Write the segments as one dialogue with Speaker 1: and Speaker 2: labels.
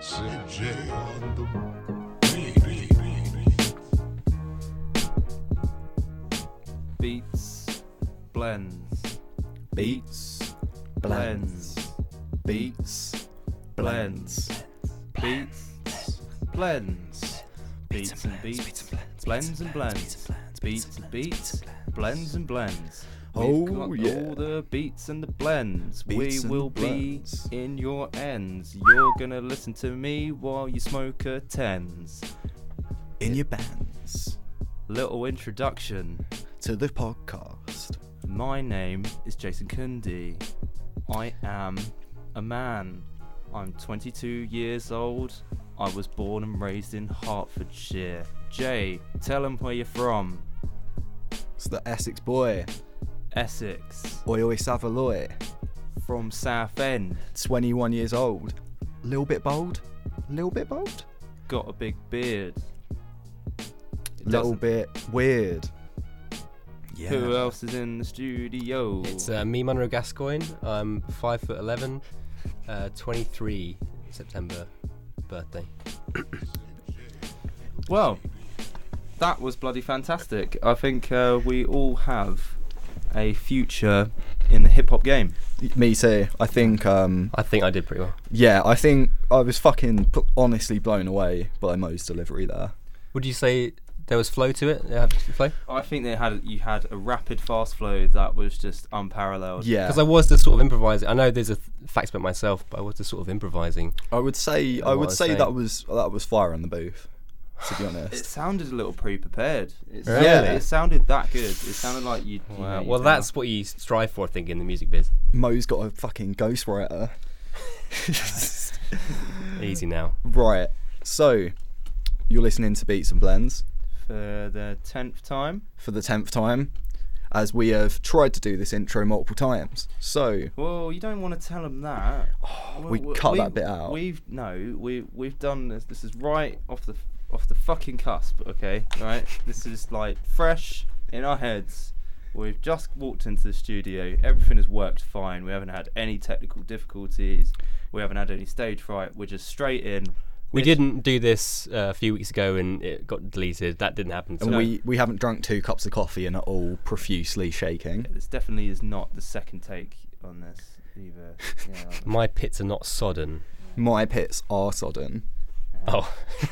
Speaker 1: SMJ on the
Speaker 2: Beats, blends,
Speaker 3: Beats,
Speaker 2: blends,
Speaker 3: beats,
Speaker 2: blends, beats, blends, beats and beats, blends and blends, beats and beats, blends and blends. We've
Speaker 3: Oh,
Speaker 2: got
Speaker 3: yeah.
Speaker 2: All the beats and the blends. We
Speaker 3: Beats and
Speaker 2: will be
Speaker 3: blends.
Speaker 2: in your ends. You're gonna listen to me while you smoke a tens.
Speaker 3: in your bands
Speaker 2: Little introduction.
Speaker 3: to the podcast.
Speaker 2: My name is Jason Kundi. I am a man. I'm 22 years old. I was born and raised in Hertfordshire. Jay, tell them where you're from.
Speaker 3: It's the Essex boy,
Speaker 2: Essex.
Speaker 3: Oi Oi Savaloy,
Speaker 2: From Southend.
Speaker 3: 21 years old. Little bit bold, little bit bold,
Speaker 2: Got a big beard. It
Speaker 3: little
Speaker 2: doesn't-
Speaker 3: bit weird. Yeah.
Speaker 2: Who uh? else is in the studio?
Speaker 4: It's uh, me, Munro Gascoigne. I'm five foot eleven, uh, 23 September birthday.
Speaker 2: Well, that was bloody fantastic. I think uh, we all have a future in the hip hop game.
Speaker 3: Me too. I think. Um.
Speaker 4: I think I did pretty well.
Speaker 3: Yeah. I think I was fucking bl- honestly blown away by Mo's delivery there.
Speaker 4: Would you say there was flow to it? It had flow?
Speaker 2: I think they had you had a rapid fast flow that was just unparalleled.
Speaker 3: Yeah.
Speaker 4: Because I was the sort of improvising. I know there's a th- facts about myself, but I was the sort of improvising.
Speaker 3: I would say
Speaker 4: know
Speaker 3: I
Speaker 4: what
Speaker 3: would
Speaker 4: I was
Speaker 3: say
Speaker 4: saying.
Speaker 3: that was that was fire in the booth. To be honest.
Speaker 2: It sounded a little pre-prepared. It
Speaker 4: Really?
Speaker 2: sounded, it sounded that good. It sounded like you. you know,
Speaker 4: Wow.
Speaker 2: you'd
Speaker 4: Well,
Speaker 2: done
Speaker 4: that's what you strive for, I think, in the music biz.
Speaker 3: Mo's got a fucking ghostwriter.
Speaker 4: Easy now.
Speaker 3: right. So, you're listening to Beats and Blends
Speaker 2: that. for the tenth time.
Speaker 3: for the tenth time, as we have tried to do this intro multiple times. So,
Speaker 2: Well, you don't want to tell them that.
Speaker 3: Oh, we cut that bit out.
Speaker 2: We've no, we we've done this. This is right off the off the fucking cusp. Okay, right. this is like fresh in our heads. We've just walked into the studio. Everything has worked fine. We haven't had any technical difficulties. We haven't had any stage fright. We're just straight in.
Speaker 4: We
Speaker 2: This-
Speaker 4: didn't do this uh, a few weeks ago and it got deleted. That didn't happen. So
Speaker 3: and we we haven't drunk two cups of coffee and are all profusely shaking.
Speaker 2: This definitely is not the second take on this either. Yeah, that was-
Speaker 4: my pits are not sodden.
Speaker 3: My pits are sodden.
Speaker 4: Oh.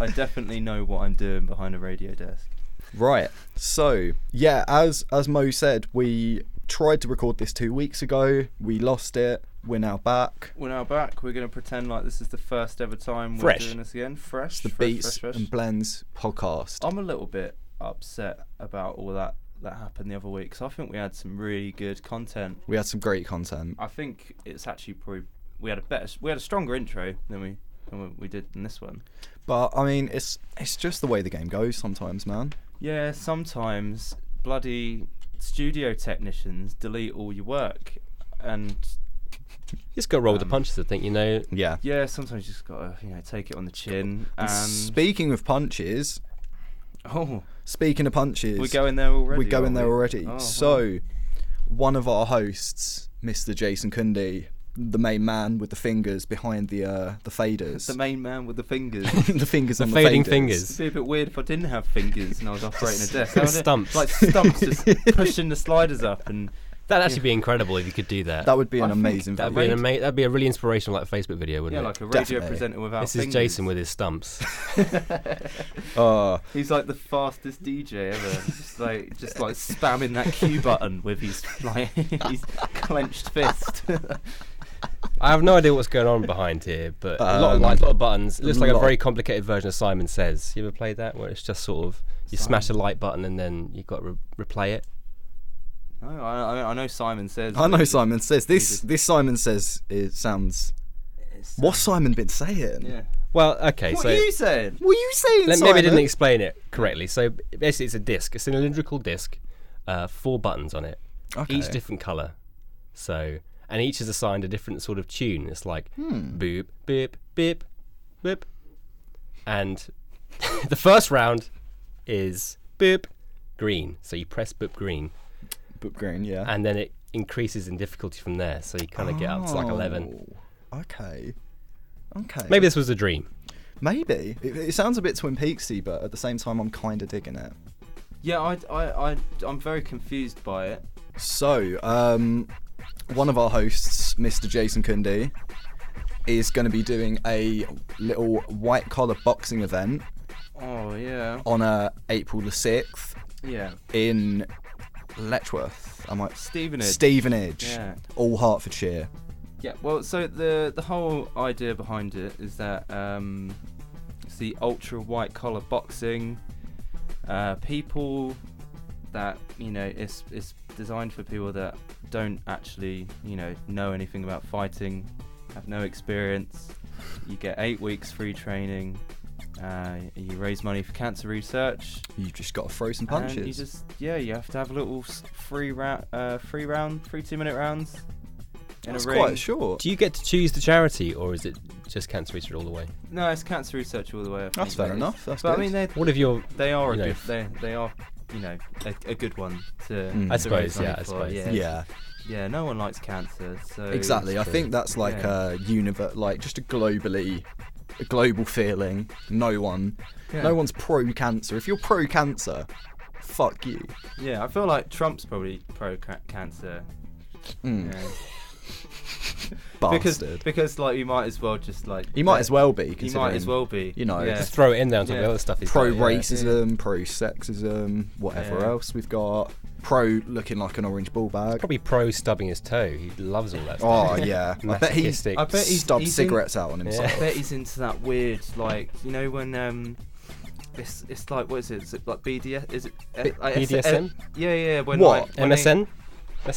Speaker 2: I definitely know what I'm doing behind a radio desk.
Speaker 3: Right. So yeah, as as Mo said, we tried to record this two weeks ago. We lost it. We're now back.
Speaker 2: We're now back. We're going to pretend like this is the first ever time we're
Speaker 4: Fresh.
Speaker 2: doing this again. Fresh.
Speaker 3: It's the
Speaker 2: fresh,
Speaker 3: Beats
Speaker 2: fresh, fresh.
Speaker 3: and Blends podcast.
Speaker 2: I'm a little bit upset about all that that happened the other week because I think we had some really good content.
Speaker 3: We had some great content.
Speaker 2: I think it's actually probably we had a better, we had a stronger intro than we than we- we did in this one.
Speaker 3: But I mean, it's it's just the way the game goes sometimes, man.
Speaker 2: Yeah, sometimes bloody studio technicians delete all your work, and
Speaker 4: just got rolled with the
Speaker 2: Um,
Speaker 4: punches, I think, you know.
Speaker 3: Yeah.
Speaker 2: yeah, sometimes you just gotta you know take it on the chin.
Speaker 3: And
Speaker 2: And
Speaker 3: speaking of punches,
Speaker 2: oh,
Speaker 3: speaking of punches,
Speaker 2: we're going there already.
Speaker 3: we're going
Speaker 2: aren't
Speaker 3: there
Speaker 2: we?
Speaker 3: already.
Speaker 2: Oh, wow.
Speaker 3: so, one of our hosts, Mr. Jason Kundi, the main man with the fingers behind the uh, the faders,
Speaker 2: the main man with the fingers.
Speaker 3: the fingers
Speaker 4: The
Speaker 3: on
Speaker 4: fading
Speaker 3: the faders.
Speaker 4: fingers.
Speaker 2: It'd be a bit weird if I didn't have fingers and I was operating a desk.
Speaker 4: Just
Speaker 2: I'd-
Speaker 4: stumps.
Speaker 2: like stumps, just pushing the sliders up and
Speaker 4: That'd actually be incredible if you could do that.
Speaker 3: That would be
Speaker 2: I
Speaker 3: an
Speaker 2: think
Speaker 3: amazing
Speaker 2: that
Speaker 4: That'd
Speaker 3: video.
Speaker 4: be, an
Speaker 2: Right.
Speaker 4: ama- that'd be a really inspirational like Facebook video, wouldn't
Speaker 2: yeah,
Speaker 4: it?
Speaker 2: like a radio
Speaker 3: Definitely.
Speaker 2: presenter without
Speaker 4: this is
Speaker 2: fingers.
Speaker 4: Jason with his stumps.
Speaker 3: Uh,
Speaker 2: He's like the fastest DJ ever. just like just like spamming that cue button with his like his clenched fist.
Speaker 4: I have no idea what's going on behind here, but a lot
Speaker 3: Um,
Speaker 4: of lights, a lot of buttons. It looks like a
Speaker 3: lot.
Speaker 4: very complicated version of Simon Says. You ever played that, where it's just sort of you smash a
Speaker 2: Simon.
Speaker 4: light button and then you got to re- replay it?
Speaker 2: no, I, I- I know Simon says.
Speaker 3: I know
Speaker 2: that-
Speaker 3: Simon says this.
Speaker 2: just-
Speaker 3: This Simon says it sounds.
Speaker 2: it's-
Speaker 3: What's Simon been saying?
Speaker 2: Yeah.
Speaker 4: Well, okay,
Speaker 2: What
Speaker 4: so
Speaker 2: are you saying?
Speaker 3: What are you saying?
Speaker 4: let-
Speaker 3: Simon?
Speaker 4: maybe I didn't explain it correctly. So basically, it's a disc, a cylindrical disc, uh, four buttons on it, each
Speaker 3: Okay.
Speaker 4: different color. So and each is assigned a different sort of tune. It's like boop, boop, boop, boop, and the first round is boop, green. So you press boop green.
Speaker 3: Boop Green, yeah.
Speaker 4: and then it increases in difficulty from there. So you kind of get up to like eleven,
Speaker 3: Oh, Okay. Okay.
Speaker 4: Maybe this was a dream.
Speaker 3: Maybe. It, it sounds a bit Twin Peaksy, but at the same time, I'm kind of digging it.
Speaker 2: Yeah, I, I, I, I'm very confused by it.
Speaker 3: So, um, one of our hosts, Mr. Jason Kundi, is going to be doing a little white collar boxing event
Speaker 2: Oh yeah,
Speaker 3: on uh, April the 6th
Speaker 2: yeah.
Speaker 3: in Letchworth. I might.
Speaker 2: Stevenage.
Speaker 3: Stevenage.
Speaker 2: Yeah.
Speaker 3: All Hertfordshire.
Speaker 2: Yeah. Well, so the the whole idea behind it is that um, it's the ultra white collar boxing. Uh, people that you know it's it's designed for people that don't actually you know know anything about fighting, have no experience. You get eight weeks free training. Uh, you raise money for cancer research.
Speaker 3: You've just got to throw some
Speaker 2: And
Speaker 3: punches.
Speaker 2: you just yeah, you have to have a little s- free round, uh, free round, three two minute rounds. In
Speaker 3: That's
Speaker 2: a ring.
Speaker 3: quite short.
Speaker 4: Do you get to choose the charity, or is it just cancer research all the way?
Speaker 2: No, it's cancer research all the way. I think
Speaker 3: That's fair
Speaker 2: it is.
Speaker 3: enough, that's
Speaker 2: but
Speaker 3: good.
Speaker 2: I mean, they
Speaker 4: What if you're?
Speaker 2: they are a
Speaker 4: you know,
Speaker 2: good they they are you know a, a good one to.
Speaker 3: Mm.
Speaker 4: I
Speaker 2: to raise
Speaker 4: suppose,
Speaker 2: money
Speaker 4: yeah, I
Speaker 2: for,
Speaker 4: suppose.
Speaker 2: Yeah,
Speaker 3: yeah.
Speaker 2: yeah, No one likes cancer, so
Speaker 3: Exactly. I
Speaker 4: true.
Speaker 3: think that's like
Speaker 2: Yeah.
Speaker 3: a univer like just a globally, a global feeling. No one,
Speaker 2: Yeah.
Speaker 3: no one's pro cancer. If you're pro cancer, fuck you.
Speaker 2: Yeah, I feel like Trump's probably pro ca- cancer.
Speaker 3: Mm,
Speaker 2: yeah. because
Speaker 3: Bastard.
Speaker 2: because like you might as well just like
Speaker 3: he might as well be.
Speaker 2: he might as
Speaker 3: considering
Speaker 2: well be
Speaker 3: you know,
Speaker 2: yeah.
Speaker 4: Just throw it in there on top of
Speaker 2: Yeah.
Speaker 4: the other stuff. he's
Speaker 3: Pro
Speaker 4: got, yeah.
Speaker 3: racism, pro sexism, whatever
Speaker 2: Yeah.
Speaker 3: else we've got. Pro looking like an orange ball bag.
Speaker 4: Probably pro stubbing his toe. He loves all that stuff.
Speaker 3: Oh yeah. I bet he
Speaker 4: Masochistic.
Speaker 2: I bet he's-
Speaker 3: stubbed
Speaker 2: he's in-
Speaker 3: cigarettes out on himself.
Speaker 2: I bet he's into that weird, like you know when um, it's it's like what is it? Is it like BDS? Is it
Speaker 3: B-
Speaker 2: like,
Speaker 4: BDSM?
Speaker 2: yeah, yeah. When
Speaker 3: What?
Speaker 2: Like, when they-
Speaker 4: MSN.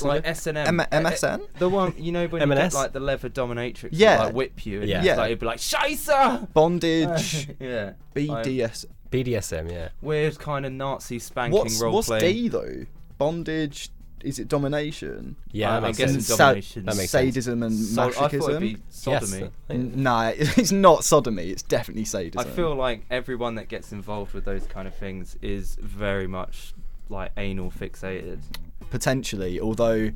Speaker 2: like
Speaker 4: Messenger?
Speaker 2: SNM.
Speaker 3: M-
Speaker 2: Uh, uh,
Speaker 3: MSN?
Speaker 2: The one you know when you
Speaker 4: M&S?
Speaker 2: get, like the leather dominatrix, would,
Speaker 3: Yeah.
Speaker 2: like whip you, and
Speaker 4: Yeah.
Speaker 2: yeah,
Speaker 3: Yeah.
Speaker 2: like you'd be like Scheiße!
Speaker 3: Bondage,
Speaker 2: yeah, Like,
Speaker 3: BDS.
Speaker 4: BDSM. Yeah.
Speaker 2: weird kind of Nazi spanking
Speaker 3: What's
Speaker 2: role
Speaker 3: what's
Speaker 2: play.
Speaker 3: D though? Bondage. Is it domination?
Speaker 4: Yeah.
Speaker 2: I
Speaker 4: that makes
Speaker 2: guess
Speaker 4: sense.
Speaker 2: it's domination.
Speaker 4: That makes sense.
Speaker 3: sadism and
Speaker 2: So, I thought it'd
Speaker 3: masochism.
Speaker 2: be
Speaker 4: Yes.
Speaker 2: sodomy.
Speaker 3: N- Nah, it's not sodomy. It's definitely sadism.
Speaker 2: I feel like everyone that gets involved with those kind of things is very much like anal fixated.
Speaker 3: potentially, although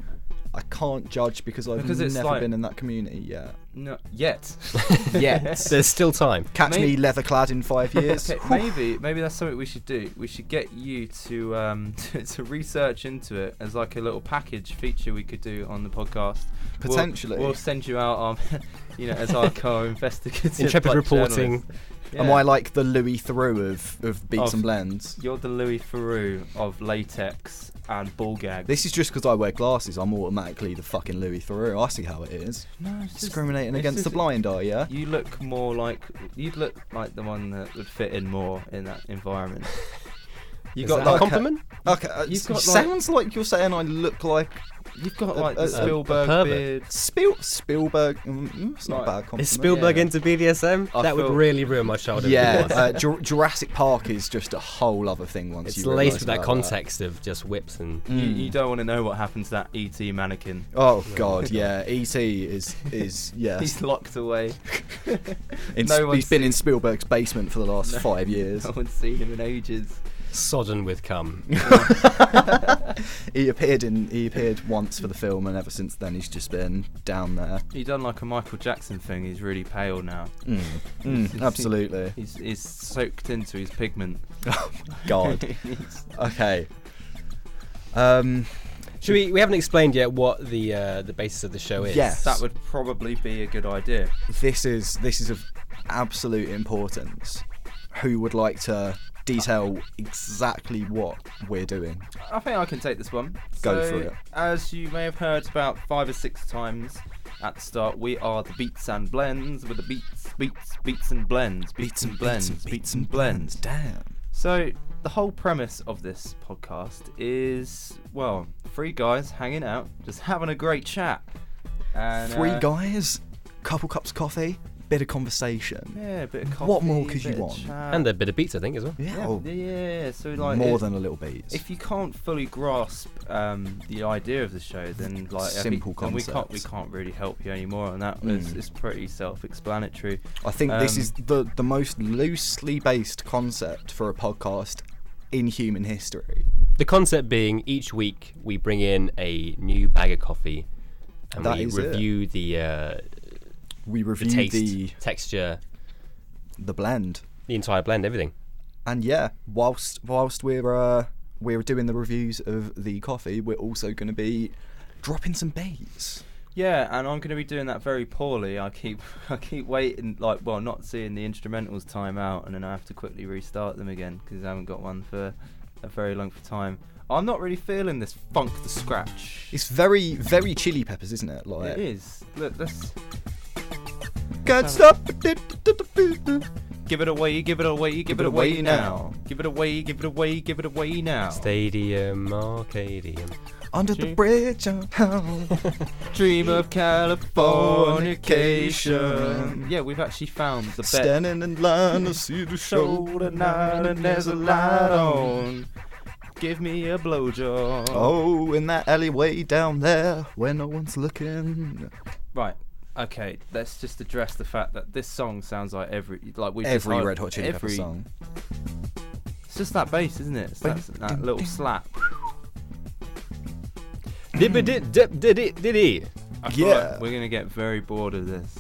Speaker 3: I can't judge because I've
Speaker 2: Because it's
Speaker 3: never
Speaker 2: like-
Speaker 3: been in that community yet.
Speaker 2: No, yet.
Speaker 3: Yet.
Speaker 4: There's still time.
Speaker 3: Catch me
Speaker 2: Maybe-
Speaker 3: leather clad in five years.
Speaker 2: Okay, maybe maybe that's something we should do. We should get you to um to, to research into it as like a little package feature we could do on the podcast. We'll-
Speaker 3: Potentially.
Speaker 2: we'll, send you out um you know as our co-investigative
Speaker 4: Intrepid
Speaker 2: like,
Speaker 4: reporting.
Speaker 2: journalist.
Speaker 3: Am
Speaker 2: Yeah.
Speaker 3: I like the Louis Theroux of, of beats
Speaker 2: Of-
Speaker 3: and blends?
Speaker 2: You're the Louis Theroux of latex and ball gags.
Speaker 3: This is just because I wear glasses. I'm automatically the fucking Louis Theroux. I see how it is.
Speaker 2: no, it's just-
Speaker 3: Discriminating
Speaker 2: it's
Speaker 3: against the
Speaker 2: just-
Speaker 3: blind, are ya?
Speaker 2: You look more like you'd look like the one that would fit in more in that environment.
Speaker 4: You
Speaker 3: Is
Speaker 4: got
Speaker 3: that
Speaker 4: that
Speaker 3: okay?
Speaker 4: compliment?
Speaker 3: Okay, uh,
Speaker 2: You've got, like-
Speaker 3: sounds like you're saying I look like
Speaker 2: You've got
Speaker 3: A-
Speaker 2: like uh,
Speaker 3: a-
Speaker 2: the
Speaker 3: a- a
Speaker 2: Spielberg
Speaker 4: pervert.
Speaker 2: beard.
Speaker 3: Spiel- Spielberg. Mm, mm, it's not a
Speaker 2: Right.
Speaker 3: bad compliment.
Speaker 4: Is Spielberg
Speaker 2: Yeah.
Speaker 4: into BDSM?
Speaker 2: I
Speaker 4: that would
Speaker 2: feel-
Speaker 4: really ruin my childhood. if it
Speaker 3: Yeah,
Speaker 4: was.
Speaker 3: uh, Jur- Jurassic Park is just a whole other thing once
Speaker 4: it's
Speaker 3: you realise
Speaker 4: laced with that
Speaker 3: about
Speaker 4: context of just whips and.
Speaker 3: Mm.
Speaker 2: You, you don't want to know what happens to that ET mannequin.
Speaker 3: Oh god, yeah. ET is is yeah.
Speaker 2: He's locked away.
Speaker 3: In-
Speaker 2: no one's
Speaker 3: he's been in Spielberg's basement for the last five years.
Speaker 2: No one's seen him in ages.
Speaker 4: sodden with cum.
Speaker 3: he appeared in he appeared once for the film, and ever since then he's just been down there.
Speaker 2: He done like a Michael Jackson thing. He's really pale now.
Speaker 3: Mm. Mm, absolutely.
Speaker 2: He's, he's soaked into his pigment.
Speaker 3: Oh my god.
Speaker 2: He's-
Speaker 3: Okay. Um.
Speaker 4: Should we? We haven't explained yet what the uh, the basis of the show is.
Speaker 3: Yes.
Speaker 2: that would probably be a good idea.
Speaker 3: this is this is of absolute importance. Who would like to detail exactly what we're doing?
Speaker 2: I think I can take this one.
Speaker 3: Go
Speaker 2: So,
Speaker 3: for it.
Speaker 2: As you may have heard about five or six times at the start, we are the Beats and Blends with the Beats, Beats, Beats and Blends, Beats and Blends, Beats and Blends.
Speaker 3: Damn.
Speaker 2: So, the whole premise of this podcast is well, three guys hanging out, just having a great chat. And,
Speaker 3: Three
Speaker 2: uh,
Speaker 3: guys, couple cups coffee, bit of conversation.
Speaker 2: Yeah, a bit of coffee.
Speaker 3: What more could
Speaker 2: bit
Speaker 3: you
Speaker 2: of
Speaker 3: want?
Speaker 2: chat.
Speaker 4: And a bit of beats, I think, as well.
Speaker 3: Yeah.
Speaker 2: yeah,
Speaker 3: oh,
Speaker 2: yeah, yeah, yeah. So like
Speaker 3: more
Speaker 2: it-
Speaker 3: than a little beat.
Speaker 2: If you can't fully grasp um, the idea of the show, then like I think-
Speaker 3: Simple
Speaker 2: then we can't we
Speaker 3: concepts.
Speaker 2: can't really help you anymore on that. It's,
Speaker 3: Mm.
Speaker 2: it's pretty self-explanatory.
Speaker 3: I think this
Speaker 2: um,
Speaker 3: is the the most loosely based concept for a podcast in human history.
Speaker 4: The concept being each week we bring in a new bag of coffee and
Speaker 3: That
Speaker 4: we
Speaker 3: is it.
Speaker 4: review the uh,
Speaker 3: we
Speaker 4: the
Speaker 3: reviewed the,
Speaker 4: taste,
Speaker 3: the
Speaker 4: texture,
Speaker 3: blend,
Speaker 4: the entire blend, everything.
Speaker 3: and yeah, whilst whilst we're uh, we're doing the reviews of the coffee, we're also going to be dropping some baits.
Speaker 2: Yeah, and I'm going to be doing that very poorly. I keep I keep waiting, like, well, not seeing the instrumentals time out, and then I have to quickly restart them again because I haven't got one for a very long time. I'm not really feeling this funk to scratch.
Speaker 3: It's very very chili peppers, isn't it? Like
Speaker 2: It is. Look, let's
Speaker 3: can't
Speaker 2: so-
Speaker 3: stop. It's
Speaker 2: give it away, give it away, give, it away, now. Give it away, give it away, give it away now.
Speaker 4: Stadium, Arcadium.
Speaker 3: Under the bridge. on high.
Speaker 2: Dream of Californication. Yeah, we've actually found the best.
Speaker 3: Standing in line to see the show
Speaker 2: shoulder nine and there's a light on. Give me a blowjob.
Speaker 3: Oh, in that alleyway down there where no one's looking.
Speaker 2: Right. Okay, let's just address the fact that this song sounds like every like we
Speaker 3: Every Red Hot Chili Peppers song.
Speaker 2: It's just that bass, isn't it? It's that, that little slap.
Speaker 4: Dibba dip did it did it.
Speaker 2: I feel like
Speaker 3: Yeah.
Speaker 2: we're gonna get very bored of this.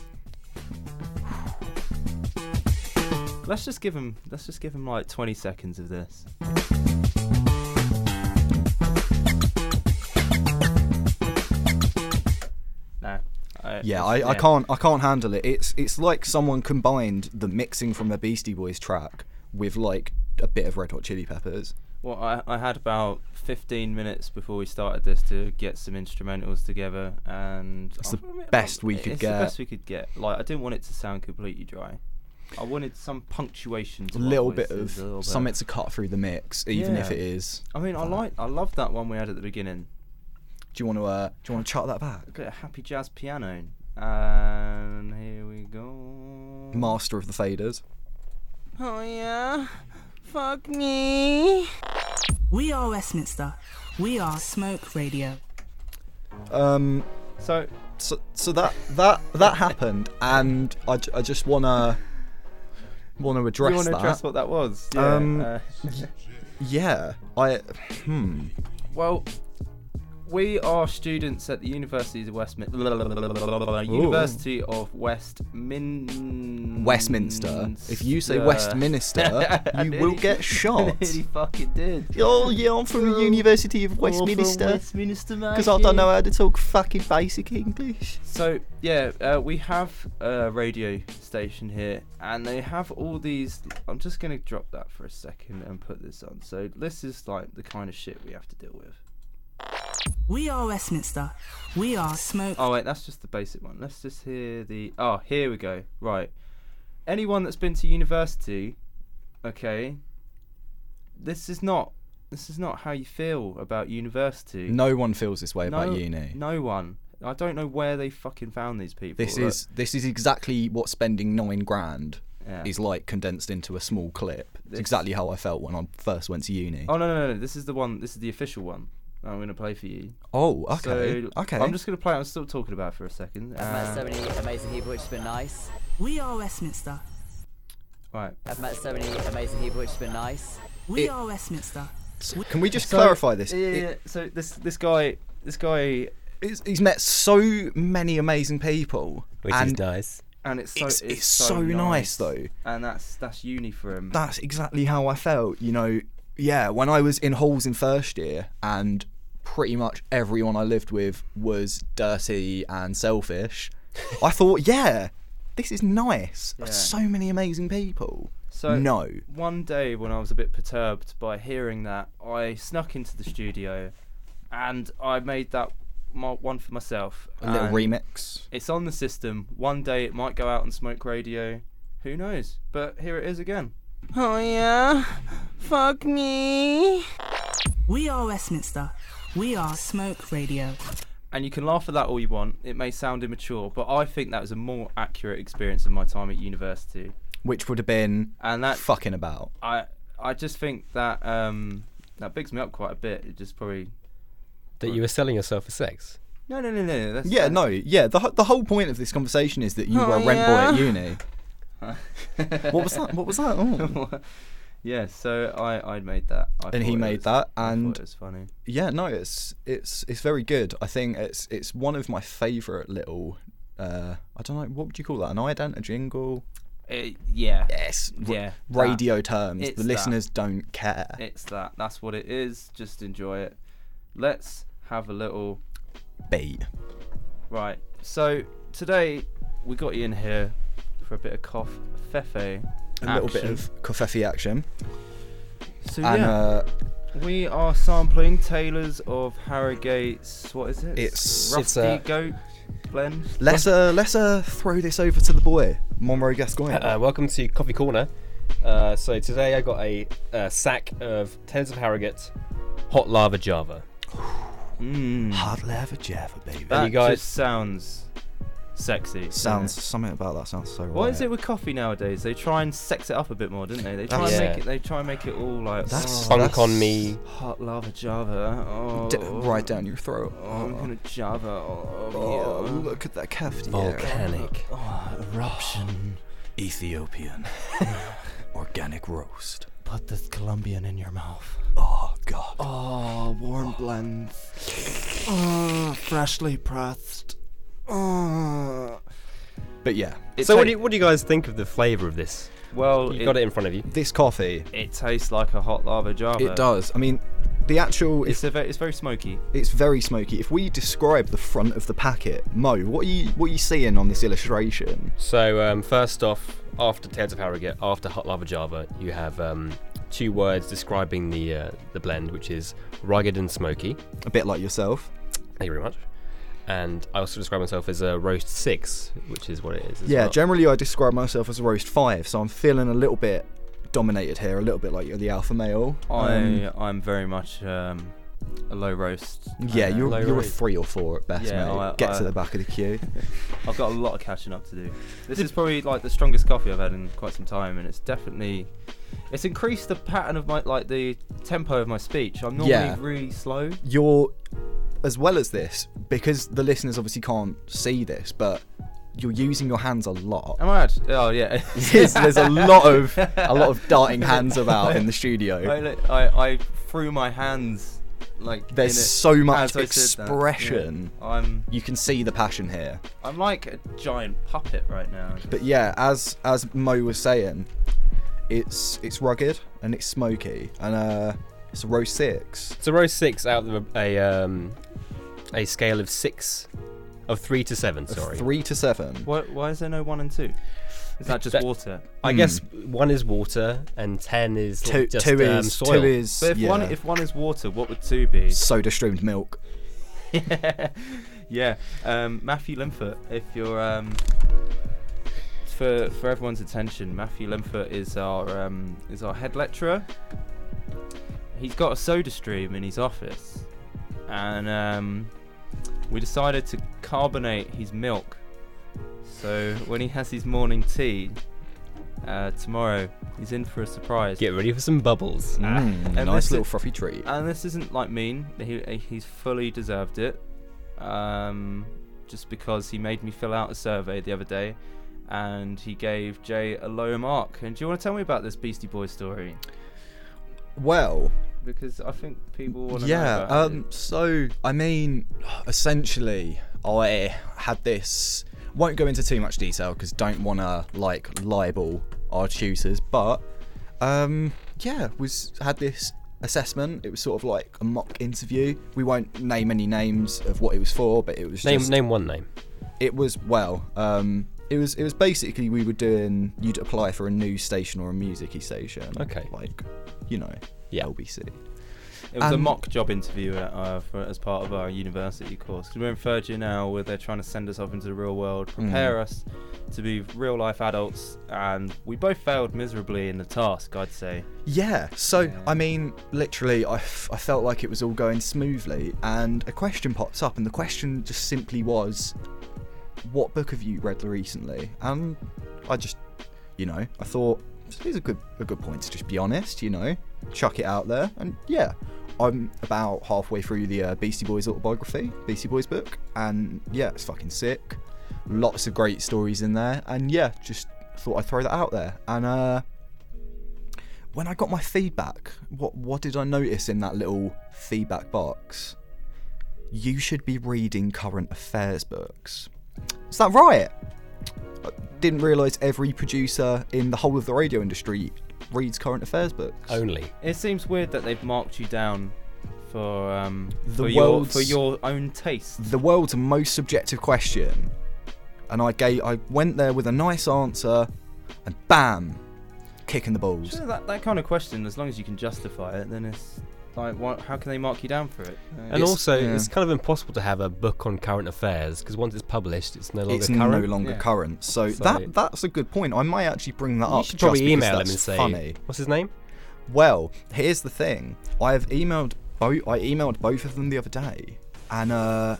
Speaker 2: Let's just give him. Let's just give him like 20 seconds of this. Nah. I,
Speaker 3: Yeah,
Speaker 2: it's-
Speaker 3: I, I can't I can't handle it. It's it's like someone combined the mixing from the Beastie Boys track with like a bit of Red Hot Chili Peppers.
Speaker 2: Well, I, I had about 15 minutes before we started this to get some instrumentals together, and
Speaker 3: It's
Speaker 2: I-
Speaker 3: the
Speaker 2: I mean,
Speaker 3: best we
Speaker 2: it-
Speaker 3: could
Speaker 2: it's
Speaker 3: get.
Speaker 2: The best we could get. Like I didn't want it to sound completely dry. I wanted some punctuation.
Speaker 3: A
Speaker 2: To our
Speaker 3: little bit
Speaker 2: voices,
Speaker 3: of
Speaker 2: a little bit.
Speaker 3: something to cut through the mix, even if
Speaker 2: Yeah.
Speaker 3: it is.
Speaker 2: I mean, I like, I love that one we had at the beginning.
Speaker 3: Do you want to uh, do you want to chart that back?
Speaker 2: Look at a happy jazz piano, and here we go.
Speaker 3: Master of the faders.
Speaker 2: Oh yeah, fuck me.
Speaker 5: We are Westminster. We are Smoke Radio.
Speaker 3: Um,
Speaker 2: So
Speaker 3: so, so that that that happened, and I, j- I just wanna wanna address
Speaker 2: you want to
Speaker 3: that.
Speaker 2: address what that was? Yeah,
Speaker 3: Um,
Speaker 2: uh,
Speaker 3: Yeah, I hmm.
Speaker 2: Well, we are students at the University of Westminster. University of Westmin.
Speaker 3: Westminster. If you say Westminster,
Speaker 2: Mm, I
Speaker 3: you will
Speaker 2: nearly-
Speaker 3: get shot.
Speaker 2: He fucking did.
Speaker 3: Oh yeah, I'm from the University of Westminster
Speaker 2: Westminster,
Speaker 3: because I don't know how to talk fucking basic English.
Speaker 2: So yeah, uh, we have a radio station here, and they have all these. I'm just gonna drop that for a second and put this on. So this is like the kind of shit we have to deal with.
Speaker 5: We are Westminster. We are Smoke.
Speaker 2: Oh wait, that's just the basic one. Let's just hear the. Oh, here we go. Right. Anyone that's been to university, okay. This is not. This is not how you feel about university.
Speaker 3: No one feels this way about uni.
Speaker 2: No one. I don't know where they fucking found these people.
Speaker 3: This
Speaker 2: Look,
Speaker 3: is this is exactly what spending nine grand
Speaker 2: yeah.
Speaker 3: is like condensed into a small clip. It's exactly how I felt when I first went to uni.
Speaker 2: Oh no, no no no! This is the one. This is the official one. that I'm gonna play for you.
Speaker 3: Oh, okay,
Speaker 2: So,
Speaker 3: okay.
Speaker 2: I'm just gonna play. it. I'm still talking about it for a second.
Speaker 6: I've met
Speaker 2: Uh,
Speaker 6: so many amazing people, which has been nice.
Speaker 5: We are Westminster.
Speaker 2: right.
Speaker 6: I've met so many amazing people, which has been nice.
Speaker 5: We
Speaker 3: It-
Speaker 5: are Westminster.
Speaker 3: Can we just clarify this?
Speaker 2: Yeah, yeah, yeah. So this this guy this guy
Speaker 3: He's- he's met so many amazing people,
Speaker 4: Which
Speaker 3: and
Speaker 4: is nice.
Speaker 2: and it's so
Speaker 3: it's, it's, so nice though.
Speaker 2: and that's that's uni for him.
Speaker 3: that's exactly how I felt. You know, yeah, when I was in halls in first year, and pretty much everyone I lived with was dirty and selfish, I thought, yeah, this is nice.
Speaker 2: Yeah.
Speaker 3: So many amazing people.
Speaker 2: so
Speaker 3: no.
Speaker 2: One day when I was a bit perturbed by hearing that, I snuck into the studio, and I made that my, one for myself.
Speaker 3: A little
Speaker 2: and
Speaker 3: remix.
Speaker 2: It's on the system. One day it might go out on Smoke Radio. Who knows? But here it is again. Oh yeah, fuck me.
Speaker 5: We are Westminster. We are Smoke Radio.
Speaker 2: and you can laugh at that all you want. It may sound immature, but I think that was a more accurate experience of my time at university.
Speaker 3: Which would have been
Speaker 2: And that
Speaker 3: fucking about.
Speaker 2: I I just think that um that bigs me up quite a bit. It just probably
Speaker 4: That
Speaker 2: Mm.
Speaker 4: you were selling yourself for sex.
Speaker 2: no no no no. no, That's
Speaker 3: Yeah, no, yeah. The, the whole point of this conversation is that you were a rent boy at uni. what was that? What was that? Oh.
Speaker 2: no. yeah, so I I made that. I
Speaker 3: And he
Speaker 2: thought it
Speaker 3: made
Speaker 2: was-
Speaker 3: that,
Speaker 2: I thought
Speaker 3: and
Speaker 2: it was funny.
Speaker 3: yeah no it's it's it's very good i think it's it's one of my favorite little uh, I don't know what would you call that? An ident, a jingle?
Speaker 2: It, Uh, yeah.
Speaker 3: Yes. r-
Speaker 2: Yeah, that.
Speaker 3: radio terms.
Speaker 2: It's
Speaker 3: the
Speaker 2: that.
Speaker 3: listeners don't care.
Speaker 2: It's that. That's what it is. Just enjoy it. Let's have a little
Speaker 3: Bait.
Speaker 2: Right. So today we got you in here for a bit of cough fefe.
Speaker 3: A little bit of Kofefi action.
Speaker 2: So
Speaker 3: and
Speaker 2: yeah,
Speaker 3: uh,
Speaker 2: we are sampling Taylors of Harrogate's. What is it?
Speaker 3: It's-
Speaker 2: rusty
Speaker 3: it's a-
Speaker 2: goat blend.
Speaker 3: let's uh, let's uh, throw this over to the boy, Monroe Gascoigne.
Speaker 4: Uh, welcome to Coffee Corner. Uh, so today I got a, uh sack of Tales of Harrogate hot lava Java.
Speaker 2: Mm,
Speaker 3: Hard leather Java, baby.
Speaker 2: that
Speaker 4: you guys-
Speaker 2: just sounds sexy. doesn't
Speaker 3: Sounds
Speaker 2: it?
Speaker 3: something about that sounds so.
Speaker 2: What
Speaker 3: right.
Speaker 2: is it with coffee nowadays? They try and sex it up a bit more, didn't they? They try
Speaker 4: That's-
Speaker 2: and
Speaker 4: Yeah.
Speaker 2: make it. They try and make it all like
Speaker 3: That's-
Speaker 2: oh,
Speaker 4: Funk on me.
Speaker 2: hot lava Java. Oh,
Speaker 3: D- right down your throat.
Speaker 2: Oh, I'm gonna Java. Oh,
Speaker 3: Oh,
Speaker 2: yeah.
Speaker 3: look at that cavity.
Speaker 4: Volcanic.
Speaker 2: Oh, eruption.
Speaker 3: Ethiopian. Organic roast.
Speaker 2: Put this Colombian in your mouth.
Speaker 3: Oh god.
Speaker 2: Oh, warm blends. Oh, freshly pressed. Oh.
Speaker 3: But yeah,
Speaker 4: So what do, you, what do you guys think of the flavour of this?
Speaker 2: well,
Speaker 4: You
Speaker 2: it,
Speaker 4: got it in front of you.
Speaker 3: this coffee,
Speaker 2: it tastes like a hot lava Java.
Speaker 3: it does. I mean, the actual
Speaker 2: It's,
Speaker 3: it's,
Speaker 2: a ve- it's very smoky.
Speaker 3: it's very smoky. If we describe the front of the packet, Mo, what are you what are you seeing on this illustration?
Speaker 4: So um, first off, after Tales of Harrogate, after Hot Lava Java, you have um, two words describing the uh, the blend, which is rugged and smoky.
Speaker 3: A bit like yourself.
Speaker 4: Thank you very much. And I also describe myself as a roast six, which is what it is. as
Speaker 3: yeah,
Speaker 4: well.
Speaker 3: generally I describe myself as a roast five, so I'm feeling a little bit dominated here, a little bit like you're the alpha male. Um,
Speaker 2: I, I'm very much um, a low roast.
Speaker 3: yeah,
Speaker 2: Uh,
Speaker 3: you're,
Speaker 4: low
Speaker 3: you're a
Speaker 4: rate.
Speaker 3: three or four at best,
Speaker 2: Yeah,
Speaker 3: mate.
Speaker 2: I-
Speaker 3: Get
Speaker 2: I-
Speaker 3: to the back of the queue.
Speaker 2: I've got a lot of catching up to do. This is probably like the strongest coffee I've had in quite some time, and it's definitely it's increased the pattern of my like the tempo of my speech. I'm normally
Speaker 3: Yeah.
Speaker 2: really slow.
Speaker 3: you're as well as this because the listeners obviously can't see this but you're using your hands a lot
Speaker 2: Am I? Act- oh yeah.
Speaker 3: Yes, there's a lot of a lot of darting hands about in the studio
Speaker 2: I, li- I I threw my hands like.
Speaker 3: There's
Speaker 2: in it
Speaker 3: so much
Speaker 2: as I said that.
Speaker 3: expression.
Speaker 2: Yeah. I'm
Speaker 3: you can see the passion here
Speaker 2: I'm like a giant puppet right now.
Speaker 3: but yeah as as mo was saying it's it's rugged and it's smoky and uh it's a row six
Speaker 4: So row six out of a um, a scale of six, of three to seven. Sorry.
Speaker 3: three to seven
Speaker 2: Why why is there no one and two? Is that just
Speaker 4: That-
Speaker 2: water?
Speaker 4: I guess one is water and ten is
Speaker 3: two,
Speaker 4: just
Speaker 3: two
Speaker 4: um,
Speaker 3: is
Speaker 4: soil.
Speaker 3: two is
Speaker 2: But if
Speaker 3: yeah,
Speaker 2: one if one is water, what would two be?
Speaker 3: soda streamed milk
Speaker 2: yeah, um, Matthew Limfoot. If you're um, for for everyone's attention, Matthew Limfoot is our um, is our head lecturer. He's got a soda stream in his office, and um, we decided to carbonate his milk. So when he has his morning tea uh, tomorrow, he's in for a surprise.
Speaker 4: Get ready for some bubbles.
Speaker 3: Mm,
Speaker 2: and
Speaker 3: nice
Speaker 2: this
Speaker 3: little
Speaker 2: is-
Speaker 3: frothy treat
Speaker 2: And this isn't like mean. He, he's fully deserved it. Um, just because he made me fill out a survey the other day, and he gave Jay a low mark. And do you want to tell me about this Beastie Boy story?
Speaker 3: well
Speaker 2: Because I think people want to
Speaker 3: yeah
Speaker 2: know. about
Speaker 3: um so i mean essentially i had this won't go into too much detail because don't want to like libel our tutors but um yeah was had this assessment it was sort of like a mock interview we won't name any names of what it was for but it was
Speaker 4: Name
Speaker 3: just,
Speaker 4: name one name.
Speaker 3: it was well um it was it was basically we were doing you'd apply for a news station or a musicy station
Speaker 4: Okay.
Speaker 3: like you know
Speaker 4: Yeah.
Speaker 3: lbc
Speaker 2: it. It was a
Speaker 3: um,
Speaker 2: mock job interview at, uh, for, as part of our university course. 'Cause we're in third year now, where they're trying to send us off into the real world,
Speaker 3: Mm.
Speaker 2: prepare us to be real life adults, and we both failed miserably in the task. I'd say.
Speaker 3: Yeah, so I mean, literally, I, f- I felt like it was all going smoothly, and a question pops up, and the question just simply was, What book have you read recently? And I just, you know, I thought, This is a good, a good point to just be honest, you know, chuck it out there. And yeah, I'm about halfway through the uh, Beastie Boys autobiography, Beastie Boys book, and yeah, it's fucking sick. Lots of great stories in there, and yeah, just thought I'd throw that out there. And, uh, when I got my feedback, what what did I notice in that little feedback box? You should be reading current affairs books. Is that right? I didn't realise every producer in the whole of the radio industry reads current affairs books.
Speaker 4: Only.
Speaker 2: It seems weird that they've marked you down for um
Speaker 3: The
Speaker 2: for your
Speaker 3: world's-
Speaker 2: for your own taste.
Speaker 3: the world's most subjective question, and I gave, I went there with a nice answer, and bam, kicking the balls.
Speaker 2: Sure, that, that kind of question, as long as you can justify it, then it's like, what, how can they mark you down for it? Uh,
Speaker 4: And
Speaker 3: It's-
Speaker 4: also,
Speaker 3: yeah.
Speaker 4: it's kind of impossible to have a book on current affairs because once it's published, it's no longer
Speaker 3: It's
Speaker 4: current.
Speaker 3: no longer
Speaker 2: Yeah.
Speaker 3: current, so,
Speaker 4: So-
Speaker 3: that that's a good point. I might actually bring that
Speaker 4: you
Speaker 3: up.
Speaker 4: should
Speaker 3: just
Speaker 4: probably
Speaker 3: because
Speaker 4: email him
Speaker 3: that's
Speaker 4: and say,
Speaker 3: funny.
Speaker 4: "What's his name?"
Speaker 3: Well, here's the thing. I have emailed both. I emailed both of them the other day, and uh,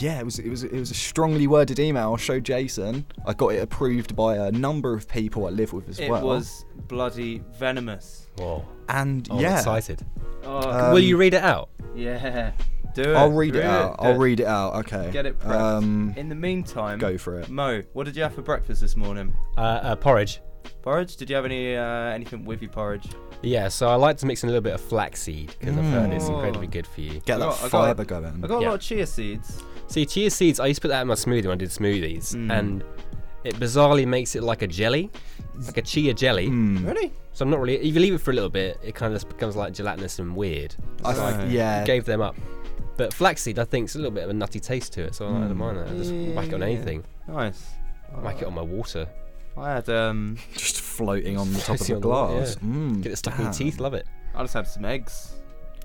Speaker 3: yeah, it was it was it was a strongly worded email. I showed Jason. I got it approved by a number of people I live with as
Speaker 2: it
Speaker 3: well.
Speaker 2: was bloody venomous.
Speaker 4: Whoa!
Speaker 3: and
Speaker 4: Oh, I'm
Speaker 3: yeah,
Speaker 4: excited.
Speaker 2: Oh,
Speaker 3: Uh,
Speaker 4: Will
Speaker 3: Um,
Speaker 4: you read it out?
Speaker 2: yeah. Do it.
Speaker 3: I'll read
Speaker 2: do
Speaker 3: it out.
Speaker 2: do
Speaker 3: I'll read it out. Okay.
Speaker 2: Get it prepped.
Speaker 3: Um,
Speaker 2: In the meantime,
Speaker 3: go for it.
Speaker 2: Mo, what did you have for breakfast this morning?
Speaker 4: Uh, uh, porridge.
Speaker 2: Porridge? Did you have any uh, anything with your porridge?
Speaker 4: Yeah, so I like to mix in a little bit of flaxseed because I've heard it's
Speaker 2: Mm.
Speaker 4: incredibly good for you.
Speaker 3: Get
Speaker 2: I
Speaker 3: that
Speaker 2: got- I got-
Speaker 3: fibre
Speaker 2: I
Speaker 3: going.
Speaker 2: got a
Speaker 4: Yeah.
Speaker 2: lot of chia seeds.
Speaker 4: See, chia seeds, I used to put that in my smoothie when I did smoothies, and it bizarrely makes it like a jelly, like a chia jelly.
Speaker 3: Mm. Hmm.
Speaker 2: Really?
Speaker 4: So I'm not really. If you leave it for a little bit, it kind of just becomes like gelatinous and weird.
Speaker 3: I
Speaker 4: So I
Speaker 3: think- yeah.
Speaker 4: gave them up. But flaxseed, I think, is a little bit of a nutty taste to it, so I don't mind that. I just whack it on
Speaker 2: Yeah.
Speaker 4: anything,
Speaker 2: Nice.
Speaker 4: whack it on my water,
Speaker 2: I had um,
Speaker 3: Just floating on the top of
Speaker 4: Floating
Speaker 3: the
Speaker 4: on the wa-
Speaker 3: glass.
Speaker 4: yeah.
Speaker 3: Mm,
Speaker 4: get it stuck in your
Speaker 3: damn.
Speaker 4: teeth, love it.
Speaker 2: I just had some eggs.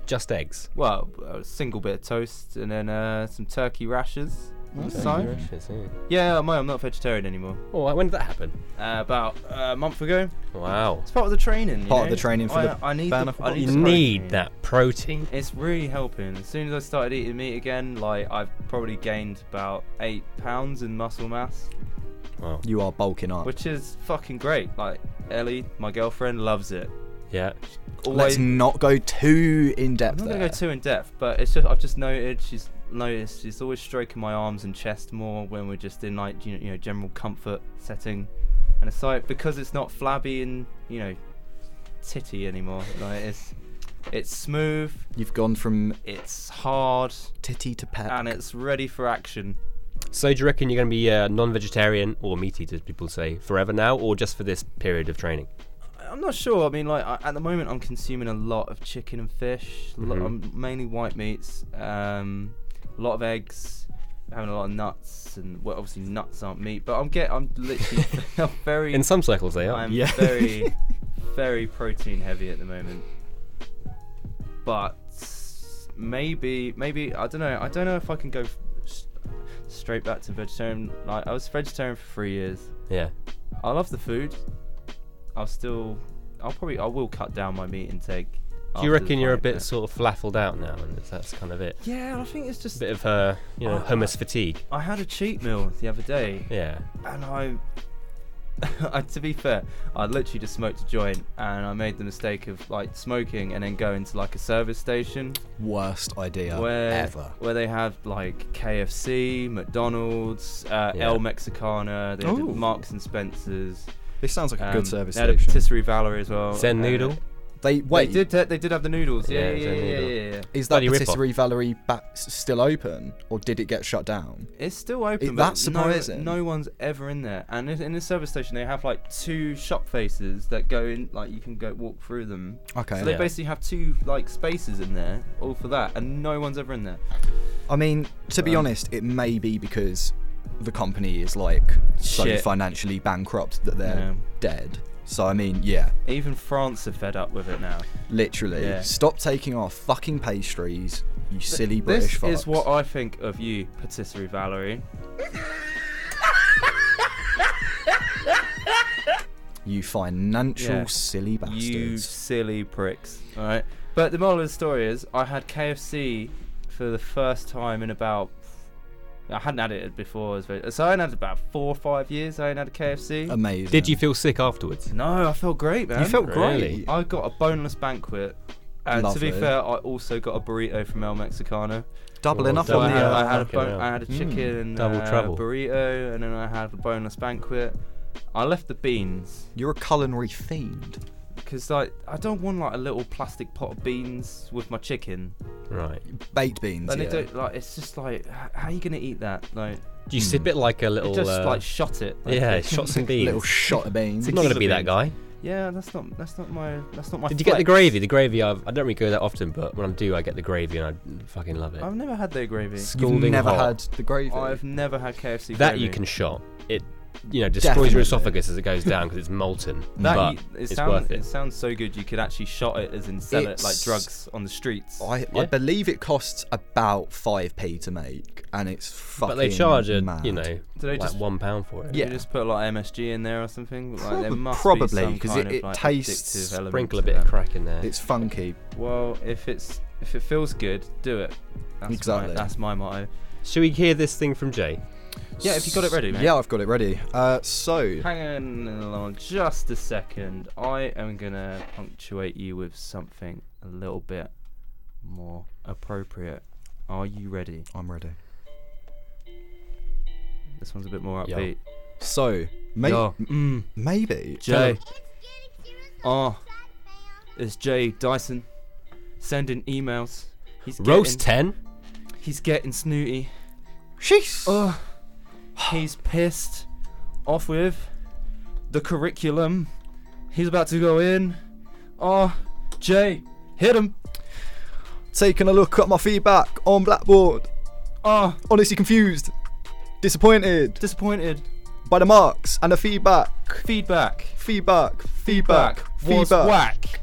Speaker 4: Just eggs.
Speaker 2: Well, a single bit of toast and then uh, some turkey rashers. on the side.
Speaker 4: Delicious, yeah.
Speaker 2: Yeah, Mo, I'm not vegetarian anymore.
Speaker 4: Oh, when did that happen?
Speaker 2: Uh, about a month ago.
Speaker 4: Wow.
Speaker 2: It's part of the training. you
Speaker 3: Part of
Speaker 2: know?
Speaker 3: the training for
Speaker 2: I,
Speaker 3: the
Speaker 2: I need
Speaker 3: ban
Speaker 2: the,
Speaker 3: off
Speaker 2: I
Speaker 3: the
Speaker 2: need
Speaker 4: You
Speaker 2: the
Speaker 4: need
Speaker 2: protein.
Speaker 4: that protein.
Speaker 2: It's really helping. As soon as I started eating meat again, like I've probably gained about eight pounds in muscle mass,
Speaker 4: Wow.
Speaker 3: You are bulking up.
Speaker 2: which is fucking great. Like Ellie, my girlfriend, loves it.
Speaker 4: Yeah.
Speaker 3: Let's
Speaker 2: Always.
Speaker 3: not go too in
Speaker 2: I'm
Speaker 3: depth.
Speaker 2: not gonna
Speaker 3: there.
Speaker 2: go too in depth, but it's just I've just noted she's noticed she's always stroking my arms and chest more when we're just in like you know, you know general comfort setting, and it's like because it's not flabby and you know titty anymore. Like it's it's smooth,
Speaker 3: You've gone from
Speaker 2: it's hard,
Speaker 3: titty to pet.
Speaker 2: and it's ready for action.
Speaker 4: So do you reckon you're going to be uh, non-vegetarian or meat eater, as people say, forever now, or just for this period of training?
Speaker 2: I'm not sure. I mean, like I, at the moment, I'm consuming a lot of chicken and fish, lo-
Speaker 4: Mhm.
Speaker 2: um, mainly white meats, um, a lot of eggs, having a lot of nuts, and well, obviously nuts aren't meat, but I'm get I'm literally I'm very
Speaker 4: In some circles, they are.
Speaker 2: I'm
Speaker 3: yeah.
Speaker 2: very very protein heavy at the moment, but maybe maybe I don't know. I don't know if I can go. f- s- Straight back to vegetarian. Like I was vegetarian for three years.
Speaker 4: Yeah.
Speaker 2: I love the food. I'll still, I'll probably, I will cut down my meat intake.
Speaker 4: Do you reckon you're a bit sort of flaffled out now, and it's- that's kind of it?
Speaker 2: Yeah, I think it's just.
Speaker 4: Bit of uh, you know, hummus fatigue.
Speaker 2: I had a cheat meal the other day,
Speaker 4: Yeah.
Speaker 2: and I, I, to be fair, I literally just smoked a joint, and I made the mistake of like smoking and then going to like a service station
Speaker 3: Worst idea
Speaker 2: where
Speaker 3: ever.
Speaker 2: where they have like KFC, McDonald's, uh,
Speaker 4: Yeah.
Speaker 2: El Mexicana, they had
Speaker 3: Ooh.
Speaker 2: Marks and Spencers,
Speaker 3: This sounds like a
Speaker 2: um,
Speaker 3: good service
Speaker 2: They had a
Speaker 3: station.
Speaker 2: patisserie Valerie as well.
Speaker 4: Zen
Speaker 2: uh,
Speaker 4: noodle.
Speaker 3: they wait.
Speaker 2: They did. They did have the noodles. Yeah,
Speaker 4: Yeah,
Speaker 2: yeah,
Speaker 4: Zen
Speaker 2: yeah, yeah,
Speaker 4: noodle.
Speaker 2: yeah, yeah.
Speaker 3: Is that
Speaker 4: Bloody rip-off.
Speaker 3: patisserie Valerie back s- still open, or did it get shut down?
Speaker 2: It's still open.
Speaker 3: It-
Speaker 2: but
Speaker 3: that's surprising.
Speaker 2: No, no one's ever in there. And in in the service station, they have like two shop faces that go in. Like you can go walk through them.
Speaker 3: Okay.
Speaker 2: So they
Speaker 4: Yeah.
Speaker 2: basically have two like spaces in there, all for that, and no one's ever in there.
Speaker 3: I mean, to be
Speaker 2: Um,
Speaker 3: honest, it may be because the company is like so
Speaker 2: Shit.
Speaker 3: financially bankrupt that
Speaker 2: Yeah.
Speaker 3: they're dead. So I mean, yeah,
Speaker 2: Even France are fed up with it now.
Speaker 3: literally,
Speaker 2: Yeah.
Speaker 3: stop taking our fucking pastries, you silly
Speaker 2: this
Speaker 3: British
Speaker 2: is
Speaker 3: fucks.
Speaker 2: what I think of you, patisserie Valerie.
Speaker 3: you financial
Speaker 2: Yeah.
Speaker 3: silly
Speaker 2: You
Speaker 3: bastards.
Speaker 2: silly pricks. All right. But the moral of the story is, I had KFC for the first time in about. I hadn't had it before. it was very- So I hadn't had it about four or five years. I hadn't had a KFC.
Speaker 3: Amazing.
Speaker 4: Did you feel sick afterwards?
Speaker 2: no, I felt great, man.
Speaker 3: You felt
Speaker 4: Really?
Speaker 3: great.
Speaker 2: I got a boneless banquet. And to
Speaker 3: Lovely.
Speaker 2: be fair, I also got a burrito from El Mexicano.
Speaker 3: Doubling
Speaker 4: Oh,
Speaker 3: up
Speaker 2: So
Speaker 4: double
Speaker 3: on
Speaker 2: I
Speaker 3: the.
Speaker 2: had,
Speaker 4: hell.
Speaker 3: uh,
Speaker 2: I had a
Speaker 4: Fucking
Speaker 2: bon-
Speaker 4: hell.
Speaker 2: I had a chicken
Speaker 4: Double
Speaker 2: uh,
Speaker 4: trouble.
Speaker 2: burrito, and then I had a boneless banquet. I left the beans
Speaker 3: You're a culinary fiend.
Speaker 2: because like I don't want like a little plastic pot of beans with my chicken.
Speaker 4: Right.
Speaker 3: Baked beans.
Speaker 2: And
Speaker 3: yeah.
Speaker 2: they don't like. It's just like, h- how are you gonna eat that? Like,
Speaker 4: Do you sip it like a little?
Speaker 2: It Hmm. just
Speaker 4: uh,
Speaker 2: like shot it. Like,
Speaker 4: yeah, shots and beans.
Speaker 3: Little shot of beans.
Speaker 4: I'm not gonna be that
Speaker 2: beans.
Speaker 4: guy.
Speaker 2: Yeah, that's not that's not my that's not my.
Speaker 4: Did you get the
Speaker 2: flex.
Speaker 4: gravy? The gravy, I've, I don't really go that often, but when I do, I get the gravy and I fucking love it.
Speaker 2: I've never had their gravy.
Speaker 3: You've
Speaker 4: Scalding
Speaker 3: never
Speaker 4: hot.
Speaker 3: had the gravy.
Speaker 2: I've never had KFC.
Speaker 4: that
Speaker 2: gravy.
Speaker 4: you can shot. It, you know, destroys
Speaker 3: Definitely.
Speaker 4: your esophagus as it goes down because it's molten.
Speaker 2: That
Speaker 4: but
Speaker 2: you- it
Speaker 4: it's
Speaker 2: sounds
Speaker 4: worth
Speaker 2: it.
Speaker 4: it.
Speaker 2: sounds so good. You could actually shot it as in sell it like
Speaker 3: It's-
Speaker 2: drugs on the streets.
Speaker 3: I, I
Speaker 4: Yeah.
Speaker 3: believe it costs about five p to make, and it's fucking.
Speaker 4: But they charge a,
Speaker 3: mad.
Speaker 4: you know,
Speaker 2: they
Speaker 4: like
Speaker 2: just-
Speaker 4: one pound for it.
Speaker 2: yeah.
Speaker 3: yeah.
Speaker 2: You just put like MSG in there or something. Like, there
Speaker 3: Probab-
Speaker 2: must
Speaker 3: probably,
Speaker 2: be some
Speaker 3: 'cause
Speaker 2: kind
Speaker 3: it-
Speaker 2: of,
Speaker 3: it
Speaker 2: like,
Speaker 3: tastes-
Speaker 2: addictive element
Speaker 4: Sprinkle a
Speaker 2: to
Speaker 4: bit of
Speaker 2: that.
Speaker 4: crack in there.
Speaker 3: It's funky.
Speaker 2: Well, if it's if it feels good, do it. That's
Speaker 3: Exactly.
Speaker 2: My, that's my motto.
Speaker 4: Should we hear this thing from Jay?
Speaker 2: Yeah, if you got it ready, mate.
Speaker 3: Yeah, I've got it ready. Uh, so
Speaker 2: Hang on along just a second. I am gonna punctuate you with something a little bit more appropriate. Are you ready?
Speaker 3: I'm ready.
Speaker 2: This one's a bit more
Speaker 4: Yeah.
Speaker 2: upbeat.
Speaker 3: So may-
Speaker 2: Yeah. Mm.
Speaker 3: maybe
Speaker 2: Jay. Ah, it's Jay Dyson sending emails. He's
Speaker 4: Roast
Speaker 2: getting,
Speaker 4: ten.
Speaker 2: He's getting snooty.
Speaker 3: Sheesh.
Speaker 2: Ugh. He's pissed off with the curriculum. He's about to go in. Ah, Jay, hit him.
Speaker 3: Taking a look at my feedback on Blackboard.
Speaker 2: Ah,
Speaker 3: Honestly confused, disappointed
Speaker 2: disappointed.
Speaker 3: by the marks and the feedback.
Speaker 2: Feedback.
Speaker 3: Feedback. Feedback.
Speaker 2: was
Speaker 3: Feedback.
Speaker 2: whack.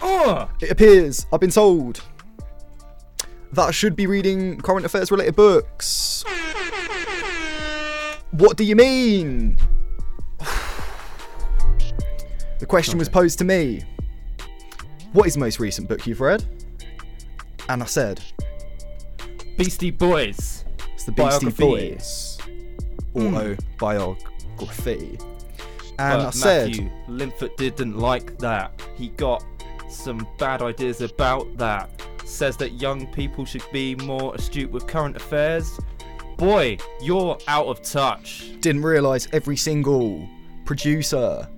Speaker 2: Oh,
Speaker 3: It appears I've been told that I should be reading current affairs related books. What do you mean? The question was posed to me What is the most recent book you've read? And I said,
Speaker 2: Beastie Boys.
Speaker 3: It's the Beastie
Speaker 2: Biography.
Speaker 3: Boys
Speaker 2: Mm.
Speaker 3: autobiography. oh, And I
Speaker 2: but
Speaker 3: said,
Speaker 2: Matthew Linford didn't like that. He got some bad ideas about that. Says that young people should be more astute with current affairs. Boy, you're out of touch.
Speaker 3: didn't realise every single producer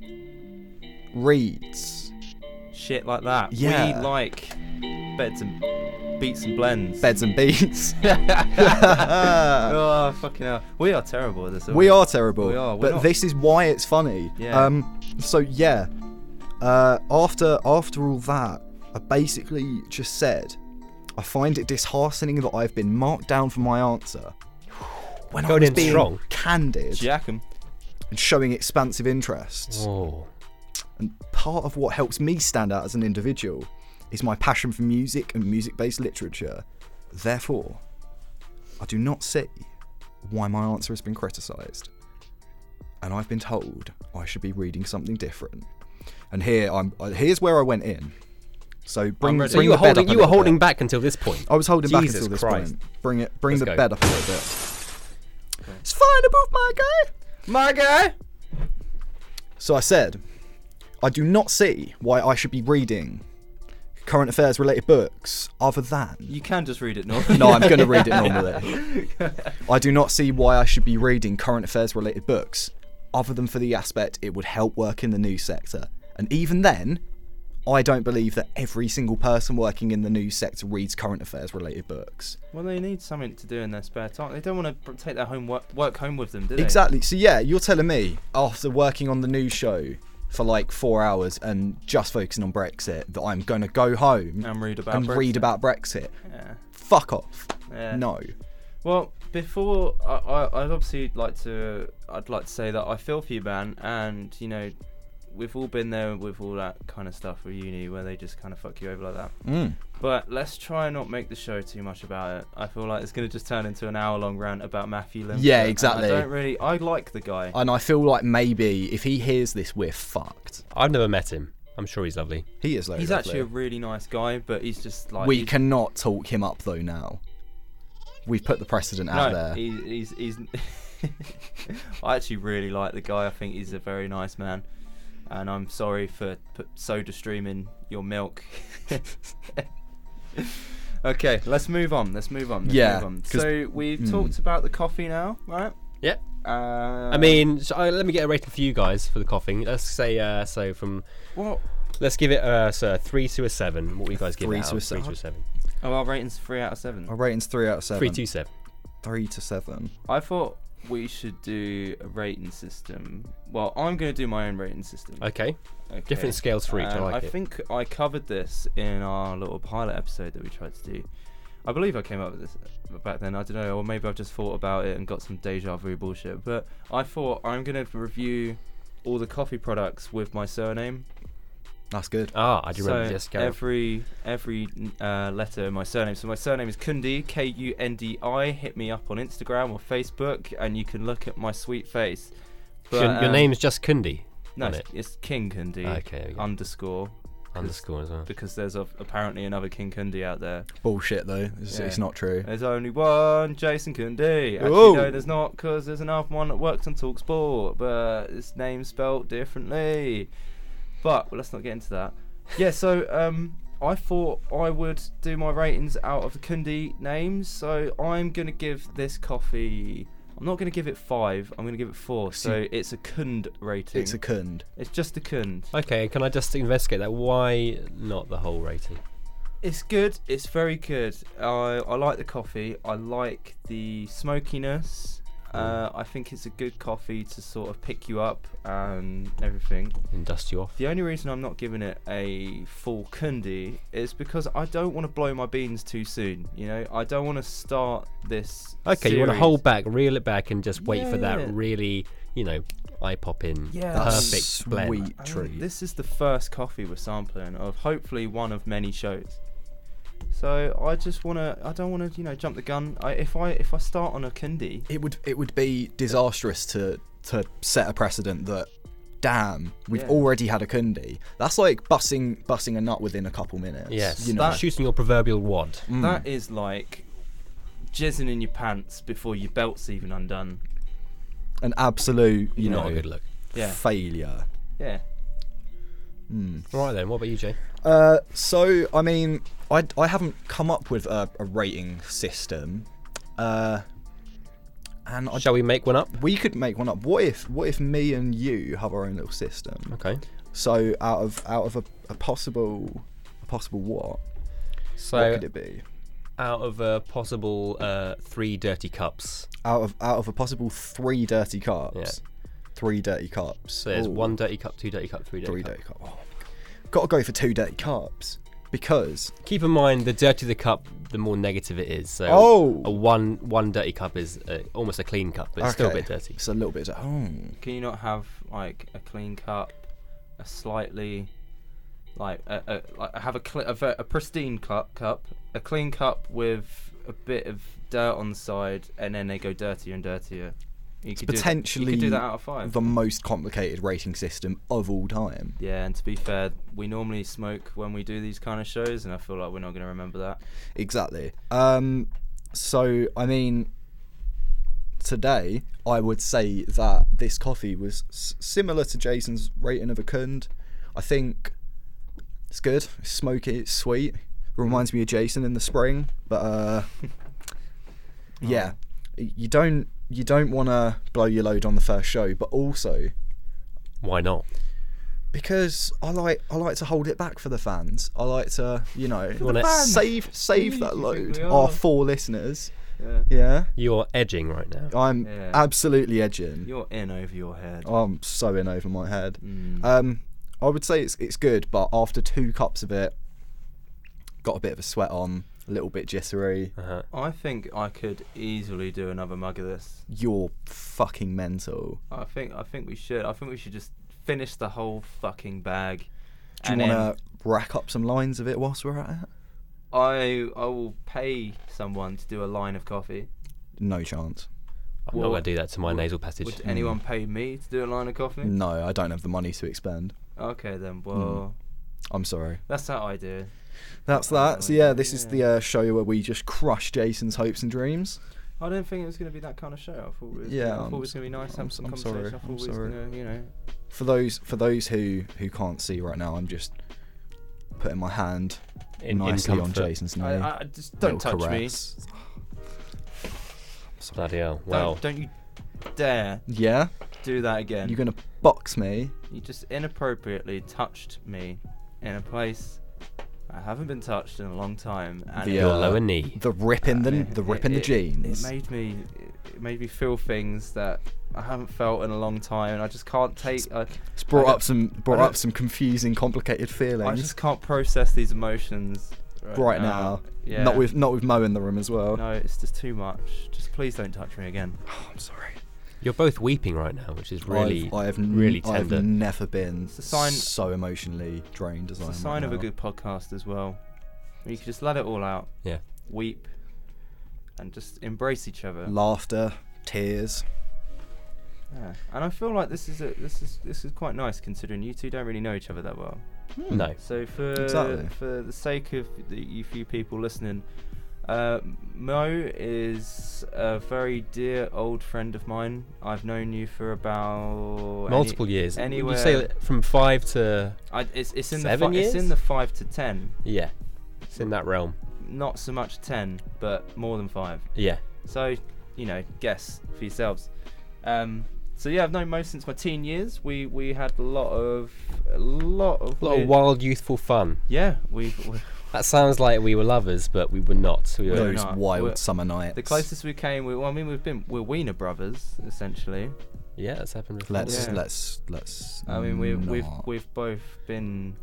Speaker 3: reads
Speaker 2: Shit like that.
Speaker 3: Yeah.
Speaker 2: We like beds and beats and blends.
Speaker 3: Beds and Beats.
Speaker 2: oh fucking hell. We are terrible at this. aren't
Speaker 3: we are terrible,
Speaker 2: We are, we're
Speaker 3: but
Speaker 2: not-
Speaker 3: this is why it's funny.
Speaker 2: Yeah.
Speaker 3: Um, so yeah, uh, after after all that, I basically just said, I find it disheartening that I've been marked down for my answer. When I
Speaker 4: Going
Speaker 3: was
Speaker 4: in
Speaker 3: being
Speaker 4: strong.
Speaker 3: candid
Speaker 2: Jack 'em.
Speaker 3: and showing expansive interests.
Speaker 4: Oh,
Speaker 3: part of what helps me stand out as an individual is my passion for music and music based literature. Therefore, I do not see why my answer has been criticised. And I've been told I should be reading something different. And here I'm uh, here's where I went in. So bring,
Speaker 2: ready.
Speaker 3: bring
Speaker 4: so you
Speaker 3: the
Speaker 4: were
Speaker 3: bed
Speaker 4: holding
Speaker 3: up a
Speaker 4: you were
Speaker 3: little
Speaker 4: holding
Speaker 3: bit.
Speaker 4: back until this point.
Speaker 3: I was holding
Speaker 4: Jesus
Speaker 3: back until this
Speaker 4: Christ.
Speaker 3: point. Bring it bring
Speaker 4: Let's
Speaker 3: the
Speaker 4: go.
Speaker 3: bed up a little bit. It's fine above my guy.
Speaker 2: My guy.
Speaker 3: So I said, I do not see why I should be reading current affairs related books other than.
Speaker 2: You can just read it, North.
Speaker 3: No, I'm going to read it normally. I do not see why I should be reading current affairs related books other than for the aspect it would help work in the news sector. And even then, I don't believe that every single person working in the news sector reads current affairs related books.
Speaker 2: Well, they need something to do in their spare time. They don't want to take their home work, work home with them, do they?
Speaker 3: Exactly. So yeah, you're telling me after working on the news show for like four hours and just focusing on Brexit that I'm gonna go home
Speaker 2: And read about
Speaker 3: and
Speaker 2: Brexit.
Speaker 3: read about Brexit.
Speaker 2: Yeah.
Speaker 3: Fuck off.
Speaker 2: Yeah.
Speaker 3: No.
Speaker 2: Well, before I, I, I'd obviously like to, I'd like to say that I feel for you, man, and you know, we've all been there with all that kind of stuff with uni where they just kind of fuck you over like that.
Speaker 3: Mm.
Speaker 2: But let's try and not make the show too much about it. I feel like it's gonna just turn into an hour-long rant about Matthew Lim.
Speaker 3: Yeah, exactly.
Speaker 2: I don't really. I like the guy.
Speaker 3: And I feel like maybe if he hears this, we're fucked.
Speaker 4: I've never met him. I'm sure he's lovely.
Speaker 3: He is. Though,
Speaker 2: he's
Speaker 3: lovely.
Speaker 2: actually a really nice guy, but he's just like
Speaker 3: we
Speaker 2: he's-
Speaker 3: cannot talk him up though now. We've put the precedent
Speaker 2: No,
Speaker 3: out there.
Speaker 2: he- he's he's. I actually really like the guy. I think he's a very nice man, and I'm sorry for put soda streaming your milk. okay, let's move on. Let's move on. Let's
Speaker 3: Yeah,
Speaker 2: Move on.
Speaker 3: 'cause- hmm.
Speaker 2: So we've talked about the coffee now, right?
Speaker 4: Yep.
Speaker 2: Uh,
Speaker 4: I mean, so, uh, let me get a rating for you guys for the coughing. Let's say uh, so from
Speaker 2: what?
Speaker 4: let's give it uh, so a three to a seven. What would you guys give
Speaker 3: Three
Speaker 4: it out
Speaker 3: to a
Speaker 4: of three to
Speaker 3: seven.
Speaker 4: a seven?
Speaker 2: Oh, our rating's three out of seven.
Speaker 3: Our rating's three out of seven.
Speaker 4: Three to seven.
Speaker 3: Three to seven.
Speaker 2: I thought we should do a rating system. Well, I'm going to do my own rating system.
Speaker 4: Okay.
Speaker 2: Okay.
Speaker 4: different scales for each, I
Speaker 2: Um,
Speaker 4: like
Speaker 2: I
Speaker 4: it.
Speaker 2: think I covered this in our little pilot episode that we tried to do. I believe I came up with this back then. I don't know, or maybe I've just thought about it and got some deja vu bullshit. But I thought I'm going to review all the coffee products with my surname.
Speaker 3: That's good.
Speaker 4: Ah, I do remember
Speaker 2: so
Speaker 4: this game.
Speaker 2: every every uh, letter in my surname. So my surname is Kundi, K U N D I. Hit me up on Instagram or Facebook, and you can look at my sweet face. But,
Speaker 4: your, your
Speaker 2: um,
Speaker 4: name's just Kundi.
Speaker 2: no,
Speaker 4: on
Speaker 2: it's, it's King Kundi.
Speaker 4: Okay, there we go.
Speaker 2: Underscore. 'cause-
Speaker 4: Underscore as well.
Speaker 2: Because there's a, apparently another King Kundi out there.
Speaker 3: Bullshit though. It's,
Speaker 2: Yeah.
Speaker 3: it's not true.
Speaker 2: There's only one Jason Kundi. Actually,
Speaker 3: Whoa.
Speaker 2: no, there's not, because there's another one that works on Talksport, but his name's spelt differently. But well, let's not get into that. Yeah, so um, I thought I would do my ratings out of the Kundi names. So I'm gonna give this coffee. I'm not gonna give it five. I'm gonna give it four. So it's a Kund rating.
Speaker 3: It's a cund.
Speaker 2: It's just a Kund.
Speaker 4: Okay, can I just investigate that? Why not the whole rating?
Speaker 2: It's good. It's very good. I I like the coffee. I like the smokiness. Uh, I think it's a good coffee to sort of pick you up and everything.
Speaker 4: And dust you off?
Speaker 2: The only reason I'm not giving it a full kundi is because I don't want to blow my beans too soon. You know, I don't want to start this.
Speaker 4: Okay, you want to
Speaker 2: series.
Speaker 4: hold back, reel it back, and just wait for
Speaker 2: Yeah.
Speaker 4: that really, you know, eye popping,
Speaker 2: Yeah. That's
Speaker 4: perfect blend.
Speaker 3: sweet.
Speaker 2: I mean,
Speaker 3: treat.
Speaker 2: This is the first coffee we're sampling of hopefully one of many shows. So I just want to. I don't want to, you know, jump the gun. I, if I if I start on a kundi,
Speaker 3: It would it would be disastrous to to set a precedent that damn we've
Speaker 2: Yeah.
Speaker 3: already had a cundi. That's like bussing bussing a nut within a couple minutes.
Speaker 4: Yes,
Speaker 3: You know.
Speaker 2: That-
Speaker 4: shooting your proverbial wad.
Speaker 3: Mm.
Speaker 2: that is like jizzing in your pants before your belt's even undone.
Speaker 3: mm, An absolute you
Speaker 4: Not
Speaker 3: know
Speaker 4: a good look.
Speaker 2: Yeah,
Speaker 3: failure.
Speaker 2: yeah.
Speaker 4: Right then, what about you, Jay?
Speaker 3: Hmm. Uh, so I mean, I, I haven't come up with a, a rating system, uh, and I,
Speaker 4: Shall we make one up?
Speaker 3: we could make one up. What if what if me and you have our own little system?
Speaker 4: Okay.
Speaker 3: So out of out of a, a possible a possible what? what
Speaker 4: So,
Speaker 3: could it be?
Speaker 4: out of a possible uh, three dirty cups,
Speaker 3: Out of out of a possible three dirty cups,
Speaker 4: Yeah.
Speaker 3: three dirty cups.
Speaker 4: so there's
Speaker 3: Ooh,
Speaker 4: one dirty cup, two dirty cup, three dirty
Speaker 3: three
Speaker 4: cup.
Speaker 3: dirty cup. Oh, my God. Got to go for two dirty cups because
Speaker 4: Keep in mind, the dirtier the cup, the more negative it is. So,
Speaker 3: Oh.
Speaker 4: a one one dirty cup is uh almost a clean cup, but it's still a
Speaker 3: Okay,
Speaker 4: bit dirty.
Speaker 3: It's a little bit. Oh,
Speaker 2: Can you not have like a clean cup, a slightly, like a, a like have a, cl- a ver- a pristine cup cup, a clean cup with a bit of dirt on the side, and then they go dirtier and dirtier. You could do that-
Speaker 3: potentially
Speaker 2: you could do that out of five.
Speaker 3: the most complicated rating system of all time.
Speaker 2: yeah, and to be fair, we normally smoke when we do these kind of shows, and I feel like we're not going to remember that.
Speaker 3: Exactly. Um, so I mean, today I would say that this coffee was s- similar to Jason's rating of a Kund. I think it's good, it's smoky, it's sweet. Reminds me of Jason in the spring, but uh, yeah, you don't you don't want to blow your load on the first show, but also
Speaker 4: Why not?
Speaker 3: because I like I like to hold it back for the fans. I like to, you know,
Speaker 4: wanna- fans.
Speaker 3: save save that
Speaker 2: Who do you think
Speaker 3: load.
Speaker 2: we
Speaker 3: Our
Speaker 2: are?
Speaker 3: four listeners.
Speaker 2: Yeah.
Speaker 3: Yeah.
Speaker 4: You're edging right now.
Speaker 3: I'm
Speaker 2: Yeah.
Speaker 3: absolutely edging.
Speaker 2: You're in over your head.
Speaker 3: I'm so in over my head.
Speaker 2: Mm.
Speaker 3: Um I would say it's it's good, but after two cups of it got a bit of a sweat on, a little bit jittery.
Speaker 4: Uh-huh.
Speaker 2: I think I could easily do another mug of this.
Speaker 3: You're fucking mental.
Speaker 2: I think I think we should. I think we should just finish the whole fucking bag.
Speaker 3: Do you
Speaker 2: and
Speaker 3: want
Speaker 2: then
Speaker 3: to rack up some lines of it whilst we're at it?
Speaker 2: I I will pay someone to do a line of coffee.
Speaker 3: No chance.
Speaker 4: I'm
Speaker 2: Well,
Speaker 4: not going to do that to my nasal passage.
Speaker 2: Would anyone pay me to do a line of coffee?
Speaker 3: No, I don't have the money to expend.
Speaker 2: Okay then.
Speaker 3: Mm.
Speaker 2: Well,
Speaker 3: I'm sorry.
Speaker 2: that's how I do.
Speaker 3: That's
Speaker 4: Oh,
Speaker 3: that. So yeah, this is the uh, show where we just crush Jason's hopes and dreams.
Speaker 2: I didn't think it was going to be that kind of show. I thought it was,
Speaker 3: Yeah,
Speaker 2: I thought
Speaker 3: I'm
Speaker 2: it was
Speaker 3: s-
Speaker 2: going to be nice.
Speaker 3: I'm
Speaker 2: have some
Speaker 3: s- I'm sorry,
Speaker 2: conversation. I thought
Speaker 3: I'm
Speaker 2: it was
Speaker 3: sorry.
Speaker 2: going to, you know.
Speaker 3: For those for those who who can't see right now, I'm just putting my hand
Speaker 4: In- in
Speaker 3: nicely on
Speaker 4: comfort.
Speaker 3: Jason's knee.
Speaker 2: I, I- I just don't
Speaker 3: Little
Speaker 2: touch
Speaker 3: caress.
Speaker 4: Bloody hell.
Speaker 2: me.
Speaker 4: Wow.
Speaker 2: Don't, don't you dare
Speaker 3: Yeah,
Speaker 2: do that again.
Speaker 3: you're gonna box me.
Speaker 2: You just inappropriately touched me in a place I haven't been touched in a long time. And
Speaker 3: The,
Speaker 2: it-
Speaker 4: Your
Speaker 3: uh,
Speaker 4: lower knee.
Speaker 3: The rip in the the
Speaker 2: it-
Speaker 3: rip in the
Speaker 2: it-
Speaker 3: jeans.
Speaker 2: It made me. It, it made me feel things that I haven't felt in a long time, and I just can't take. I,
Speaker 3: It's brought
Speaker 2: I
Speaker 3: up some brought
Speaker 2: don't-
Speaker 3: up some confusing, complicated feelings
Speaker 2: I just can't process these emotions right,
Speaker 3: right now.
Speaker 2: Yeah.
Speaker 3: Not with not with Mo in the room as well.
Speaker 2: No, it's just too much. Just please don't touch me again.
Speaker 3: I'm sorry.
Speaker 4: You're both weeping right now, which is really,
Speaker 3: I've, I've n-
Speaker 4: really
Speaker 3: I've
Speaker 4: tender.
Speaker 3: never been
Speaker 2: a sign-
Speaker 3: so emotionally drained as
Speaker 2: It's
Speaker 3: I am.
Speaker 2: a sign
Speaker 3: right
Speaker 2: of a
Speaker 3: now.
Speaker 2: good podcast as well. You can just let it all out,
Speaker 4: yeah.
Speaker 2: weep, and just embrace each other.
Speaker 3: laughter, tears.
Speaker 2: Yeah. And I feel like this is a, this is this is quite nice considering you two don't really know each other that well.
Speaker 4: Hmm. No.
Speaker 2: hmm. So for
Speaker 3: Exactly.
Speaker 2: for the sake of the, you few people listening, uh, Mo is a very dear old friend of mine. I've known you for about any-
Speaker 4: Multiple years. Would
Speaker 2: Anywhere,
Speaker 4: You say that from five to
Speaker 2: I, it's, it's in
Speaker 4: seven
Speaker 2: the fi- It's
Speaker 4: years?
Speaker 2: in the five to ten.
Speaker 4: yeah, it's in that realm.
Speaker 2: Not so much ten, but more than five.
Speaker 4: Yeah.
Speaker 2: So, you know, guess for yourselves. Um, so yeah, I've known Mo since my teen years. We we had a lot of a lot of
Speaker 4: A lot
Speaker 2: weird-
Speaker 4: of wild, youthful fun.
Speaker 2: Yeah, we've, we
Speaker 4: That sounds like we were lovers, but we were not. We were
Speaker 2: We're
Speaker 3: Those
Speaker 2: not.
Speaker 3: wild
Speaker 2: We're-
Speaker 3: summer nights.
Speaker 2: the closest we came. We, well, I mean, we've been we're Wiener brothers essentially.
Speaker 4: yeah, that's happened. Before.
Speaker 3: Let's
Speaker 2: Yeah.
Speaker 3: let's let's.
Speaker 2: I mean, we've we've
Speaker 3: not.
Speaker 2: we've both been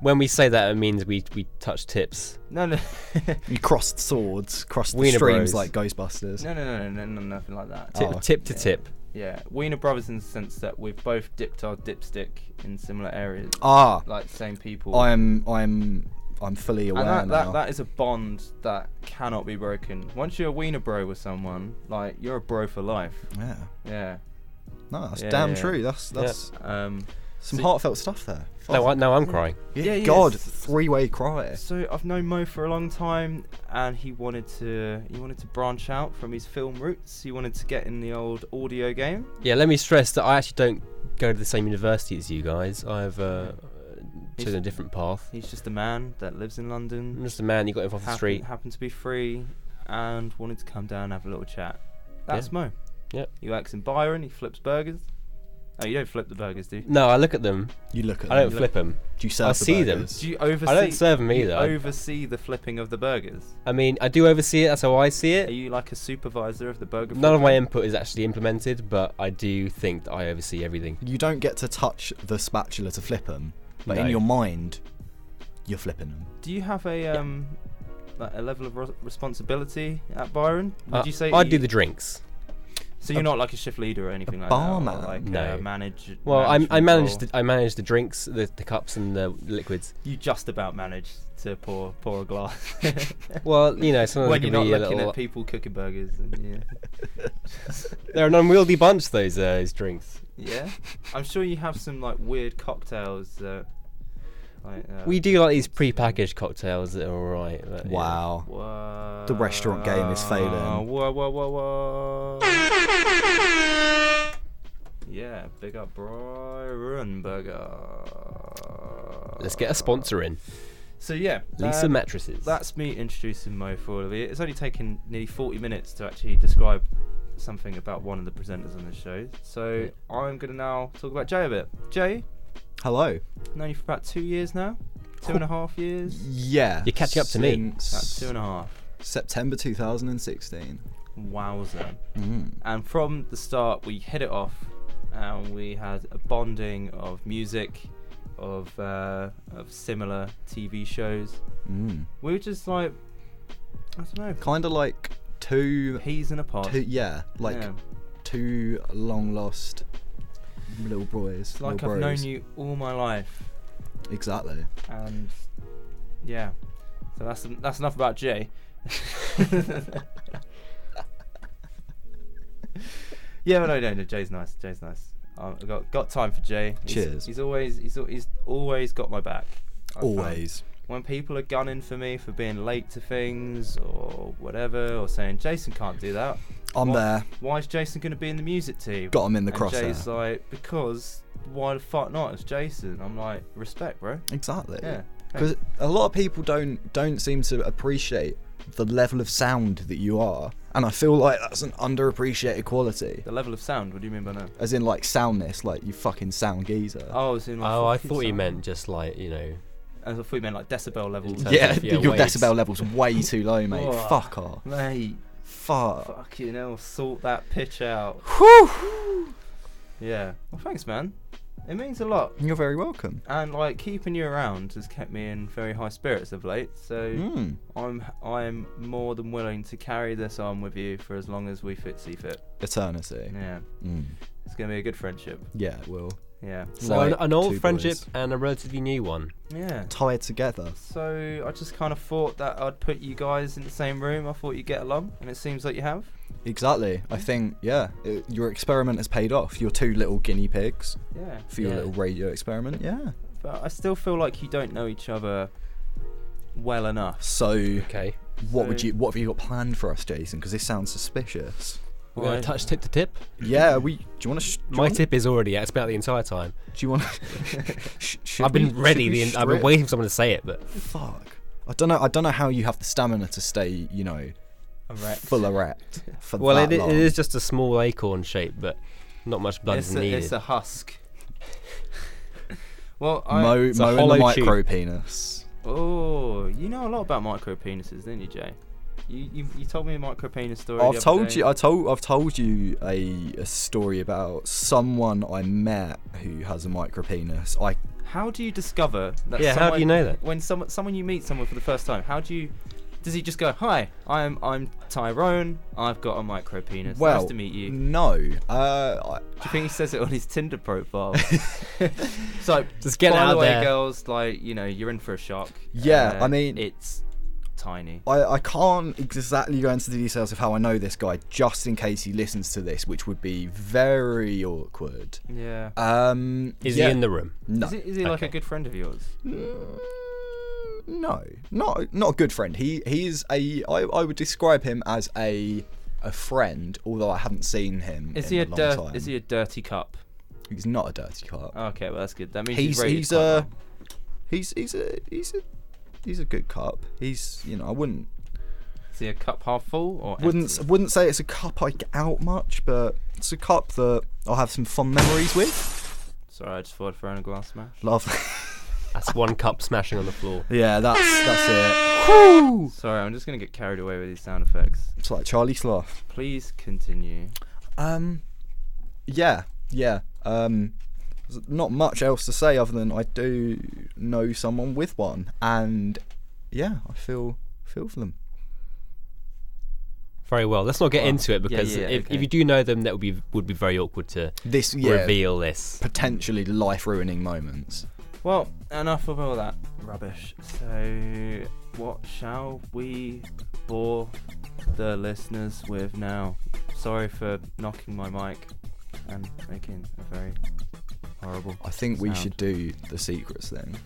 Speaker 4: When we say that, it means we we touch tips.
Speaker 2: no no
Speaker 3: You crossed swords, crossed the
Speaker 4: Wiener
Speaker 3: streams
Speaker 4: Bros.
Speaker 3: like Ghostbusters.
Speaker 2: no no no no no nothing like that.
Speaker 4: Tip,
Speaker 3: Oh.
Speaker 4: tip to tip.
Speaker 2: Yeah, Wiener brothers in the sense that we've both dipped our dipstick in similar areas,
Speaker 3: Ah,
Speaker 2: like the same people.
Speaker 3: I'm I'm I'm fully aware
Speaker 2: and that,
Speaker 3: now.
Speaker 2: that, that is a bond that cannot be broken. Once you're a wiener bro with someone, like you're a bro for life.
Speaker 3: yeah,
Speaker 2: Yeah.
Speaker 3: no, that's
Speaker 2: Yeah,
Speaker 3: damn
Speaker 2: yeah, yeah.
Speaker 3: true. That's
Speaker 4: Yeah.
Speaker 3: that's
Speaker 2: Um.
Speaker 3: some
Speaker 2: So-
Speaker 3: heartfelt stuff there.
Speaker 4: No, I, no, I'm crying.
Speaker 2: Yeah, yeah,
Speaker 3: God,
Speaker 2: s-
Speaker 3: three-way cry.
Speaker 2: So I've known Mo for a long time, and he wanted to he wanted to branch out from his film roots. He wanted to get in the old audio game.
Speaker 4: Yeah, let me stress that I actually don't go to the same university as you guys. I've uh,
Speaker 2: He's-
Speaker 4: chosen a different path.
Speaker 2: He's just a man that lives in London.
Speaker 4: I'm just a man who got him off the
Speaker 2: happen-
Speaker 4: street.
Speaker 2: Happened to be free, and wanted to come down and have a little chat. That's
Speaker 4: Yeah.
Speaker 2: Mo.
Speaker 4: Yep.
Speaker 2: He works in Byron. He flips burgers. Oh, you don't flip the burgers, do you?
Speaker 4: No, I look at them.
Speaker 3: You look at
Speaker 4: I don't
Speaker 3: them.
Speaker 4: flip them.
Speaker 3: Do you serve the
Speaker 4: see them.
Speaker 3: burgers?
Speaker 2: Do you oversee?
Speaker 4: I don't serve them
Speaker 2: you
Speaker 4: either. I-
Speaker 2: oversee the flipping of the burgers.
Speaker 4: I mean, I do oversee it. That's how I see
Speaker 2: Are
Speaker 4: it.
Speaker 2: you like a supervisor of the burger?
Speaker 4: None of my
Speaker 2: flipping?
Speaker 4: input is actually implemented, but I do think that I oversee everything.
Speaker 3: You don't get to touch the spatula to flip them, but in
Speaker 4: No.
Speaker 3: your mind, you're flipping them.
Speaker 2: Do you have a um, like a level of ro- responsibility at Byron? Would
Speaker 4: Uh,
Speaker 2: you say
Speaker 4: I
Speaker 2: you-
Speaker 4: do the drinks.
Speaker 2: So you're not like a shift leader or anything like that.
Speaker 3: barman?
Speaker 2: or Like
Speaker 4: No.
Speaker 2: a manage.
Speaker 4: Well, I, I
Speaker 2: management
Speaker 4: manage
Speaker 2: role?
Speaker 4: the I manage the drinks, the, the cups, and the liquids.
Speaker 2: You just about manage to pour pour a glass.
Speaker 4: Well, you know, sometimes
Speaker 2: when
Speaker 4: it
Speaker 2: you're
Speaker 4: can
Speaker 2: not
Speaker 4: be a
Speaker 2: looking
Speaker 4: little-
Speaker 2: at people cooking burgers. And
Speaker 4: They're an unwieldy bunch. Those uh, those drinks.
Speaker 2: yeah. yeah. I'm sure you have some like weird cocktails that. Like, uh,
Speaker 4: We do like these pre-packaged cocktails that are alright. but, yeah.
Speaker 3: Wow.
Speaker 2: Whoa.
Speaker 3: The restaurant game is failing.
Speaker 2: Whoa, whoa, whoa, whoa. Yeah, big up Brian Burger.
Speaker 4: Let's get a sponsor in.
Speaker 2: So yeah,
Speaker 4: Lisa
Speaker 2: um,
Speaker 4: mattresses.
Speaker 2: That's me introducing Mo for all of it. It's only taken nearly 40 minutes to actually describe something about one of the presenters on the show. So I'm gonna now talk about Jay a bit. Jay,
Speaker 3: Hello.
Speaker 2: known you for about two years now, two and a half years.
Speaker 3: Yeah.
Speaker 4: You're catching up to me.
Speaker 2: About
Speaker 3: since
Speaker 2: two and a half.
Speaker 3: September 2016.
Speaker 2: Wowzer.
Speaker 4: Mm.
Speaker 2: And from the start, we hit it off, and we had a bonding of music, of uh, of similar TV shows.
Speaker 3: Mm.
Speaker 2: We were just like, I don't know,
Speaker 3: Kind of like two,
Speaker 2: peas in a pod.
Speaker 3: two, yeah, like
Speaker 2: Yeah.
Speaker 3: two long lost little boys.
Speaker 2: It's like
Speaker 3: little
Speaker 2: I've
Speaker 3: bros.
Speaker 2: known you all my life,
Speaker 3: Exactly.
Speaker 2: and yeah. So that's that's enough about Jay. yeah, but no, no, no. Jay's nice. Jay's nice. Um, I got got time for Jay. He's-
Speaker 3: Cheers.
Speaker 2: He's always he's, al- he's always got my back. I found.
Speaker 3: Always.
Speaker 2: When people are gunning for me for being late to things or whatever, or saying Jason can't do that.
Speaker 3: I'm
Speaker 2: why-
Speaker 3: there.
Speaker 2: Why is Jason going to be in the music team?
Speaker 3: Got 'em in the
Speaker 2: And Jay's
Speaker 3: crosshair.
Speaker 2: like because why the fuck not? It's Jason. I'm like respect, bro.
Speaker 3: Exactly.
Speaker 2: Yeah.
Speaker 3: Because a lot of people don't don't seem to appreciate the level of sound that you are, and I feel like that's an underappreciated quality.
Speaker 2: The level of sound. What do you mean by that?
Speaker 3: As in, like soundness, like you fucking sound geezer.
Speaker 2: Oh, it's in my
Speaker 4: Oh, I
Speaker 2: fucking
Speaker 4: thought you
Speaker 2: sound.
Speaker 4: meant just like you know.
Speaker 2: I thought you meant like decibel levels.
Speaker 4: terms
Speaker 3: yeah,
Speaker 4: of your
Speaker 3: your
Speaker 4: waves.
Speaker 3: decibel level's way too low, mate.
Speaker 2: Whoa.
Speaker 3: Fuck off.
Speaker 2: Mate,
Speaker 3: Fuck.
Speaker 2: Fucking hell, sort that pitch out.
Speaker 3: Whew.
Speaker 2: Yeah. Well, thanks, man. It means a lot.
Speaker 3: You're very welcome.
Speaker 2: And like keeping you around has kept me in very high spirits of late. So
Speaker 4: Hmm.
Speaker 3: Mm.
Speaker 2: I'm I'm more than willing to carry this on with you for as long as we fit see fit.
Speaker 3: Eternity.
Speaker 2: Yeah.
Speaker 3: Mm.
Speaker 2: It's gonna be a good friendship.
Speaker 3: Yeah, it will.
Speaker 2: Yeah.
Speaker 4: So
Speaker 3: Like
Speaker 4: an, an old
Speaker 3: two
Speaker 4: friendship
Speaker 3: boys.
Speaker 4: and a relatively new one.
Speaker 2: Yeah.
Speaker 3: Tied together.
Speaker 2: So I just kind of thought that I'd put you guys in the same room. I thought you'd get along, and it seems like you have.
Speaker 3: Exactly. I think, yeah, it, your experiment has paid off. Your two little guinea pigs
Speaker 2: Yeah.
Speaker 3: for your
Speaker 4: Yeah.
Speaker 3: little radio experiment. Yeah.
Speaker 2: But I still feel like you don't know each other well enough.
Speaker 3: So,
Speaker 4: Okay.
Speaker 3: what would
Speaker 2: So-
Speaker 3: you? What have you got planned for us, Jason? Because this sounds suspicious.
Speaker 4: We're going
Speaker 2: Right.
Speaker 4: to touch tip to tip.
Speaker 3: Yeah. We. Do you want to? Sh- do you
Speaker 4: My
Speaker 3: wanna-
Speaker 4: tip is already out. It's been out the entire time.
Speaker 3: Do you want to? sh- should
Speaker 4: I've been
Speaker 3: we- should
Speaker 4: ready.
Speaker 3: we
Speaker 4: The, en- I've been
Speaker 3: strip?
Speaker 4: waiting for someone to say it, but
Speaker 3: Fuck. I don't know. I don't know how you have the stamina to stay. You know, full erect for
Speaker 4: well,
Speaker 3: that
Speaker 4: it, i-
Speaker 3: long.
Speaker 4: it is just a small acorn shape, but not much blood
Speaker 2: It's
Speaker 4: is
Speaker 2: a,
Speaker 4: needed.
Speaker 2: it's a husk. well, I.
Speaker 3: Mo,
Speaker 4: It's a
Speaker 3: Mo and the
Speaker 4: hollow tube.
Speaker 3: micro penis.
Speaker 2: oh, you know a lot about micro penises, didn't you, Jay? You you, you told me a micro penis story. the
Speaker 3: I've
Speaker 2: other
Speaker 3: told
Speaker 2: day.
Speaker 3: you. I told. I've told you a, a story about someone I met who has a micro penis. I
Speaker 2: How do you discover that?
Speaker 4: Yeah, how do you
Speaker 2: someone-
Speaker 4: know that?
Speaker 2: When someone someone you meet someone for the first time, how do you? Does he just go, "Hi, I'm I'm Tyrone. I've got a micro penis.
Speaker 3: well.
Speaker 2: nice to meet you." Do
Speaker 3: No. Uh. I,
Speaker 2: you think he says it on his Tinder profile? so
Speaker 4: Just get
Speaker 2: by
Speaker 4: out
Speaker 2: the way,
Speaker 4: there.
Speaker 2: girls, like you know, you're in for a shock.
Speaker 3: Yeah,
Speaker 2: Uh,
Speaker 3: I mean-
Speaker 2: it's tiny.
Speaker 3: I, I can't exactly go into the details of how I know this guy, just in case he listens to this, which would be very awkward.
Speaker 2: Yeah.
Speaker 3: Um,
Speaker 4: is
Speaker 3: yeah.
Speaker 4: he in the room?
Speaker 3: No,
Speaker 2: Is, he, is he like a
Speaker 4: Okay.
Speaker 2: good friend of yours?
Speaker 3: no, not not a good friend. He he's a I, I would describe him as a a friend, although I haven't seen him.
Speaker 2: Is
Speaker 3: in
Speaker 2: he a
Speaker 3: long
Speaker 2: dirt?
Speaker 3: time.
Speaker 2: Is he a dirty cup?
Speaker 3: He's not a dirty cop.
Speaker 2: Okay, well that's good. That means he's
Speaker 3: he's
Speaker 2: rated
Speaker 3: he's uh,
Speaker 2: quite
Speaker 3: a
Speaker 2: well.
Speaker 3: he's he's a he's a he's a good cop. He's you know I wouldn't
Speaker 2: Is he a cup half full or
Speaker 3: wouldn't
Speaker 2: empty?
Speaker 3: wouldn't say it's a cup I get out much, but it's a cup that I'll have some fond memories with.
Speaker 2: Sorry, I just thought I'd throw in a glass smash.
Speaker 3: Love.
Speaker 4: That's one cup smashing on the floor.
Speaker 3: yeah, that's that's it.
Speaker 2: Sorry, I'm just gonna get carried away with these sound effects.
Speaker 3: It's like Charlie Sloth.
Speaker 2: Please continue.
Speaker 3: Um, yeah, yeah. Um, there's not much else to say other than I do know someone with one, and yeah, I feel feel for them.
Speaker 4: Very well. Let's not get into it because
Speaker 2: yeah,
Speaker 4: if,
Speaker 2: okay.
Speaker 4: if you do know them, that would be would be very awkward to
Speaker 3: This yeah,
Speaker 4: reveal this.
Speaker 3: potentially life ruining moments.
Speaker 2: Well, enough of all that rubbish. So, what shall we bore the listeners with now? Sorry for knocking my mic and making a very horrible
Speaker 3: I think we
Speaker 2: Sound.
Speaker 3: should do the secrets thing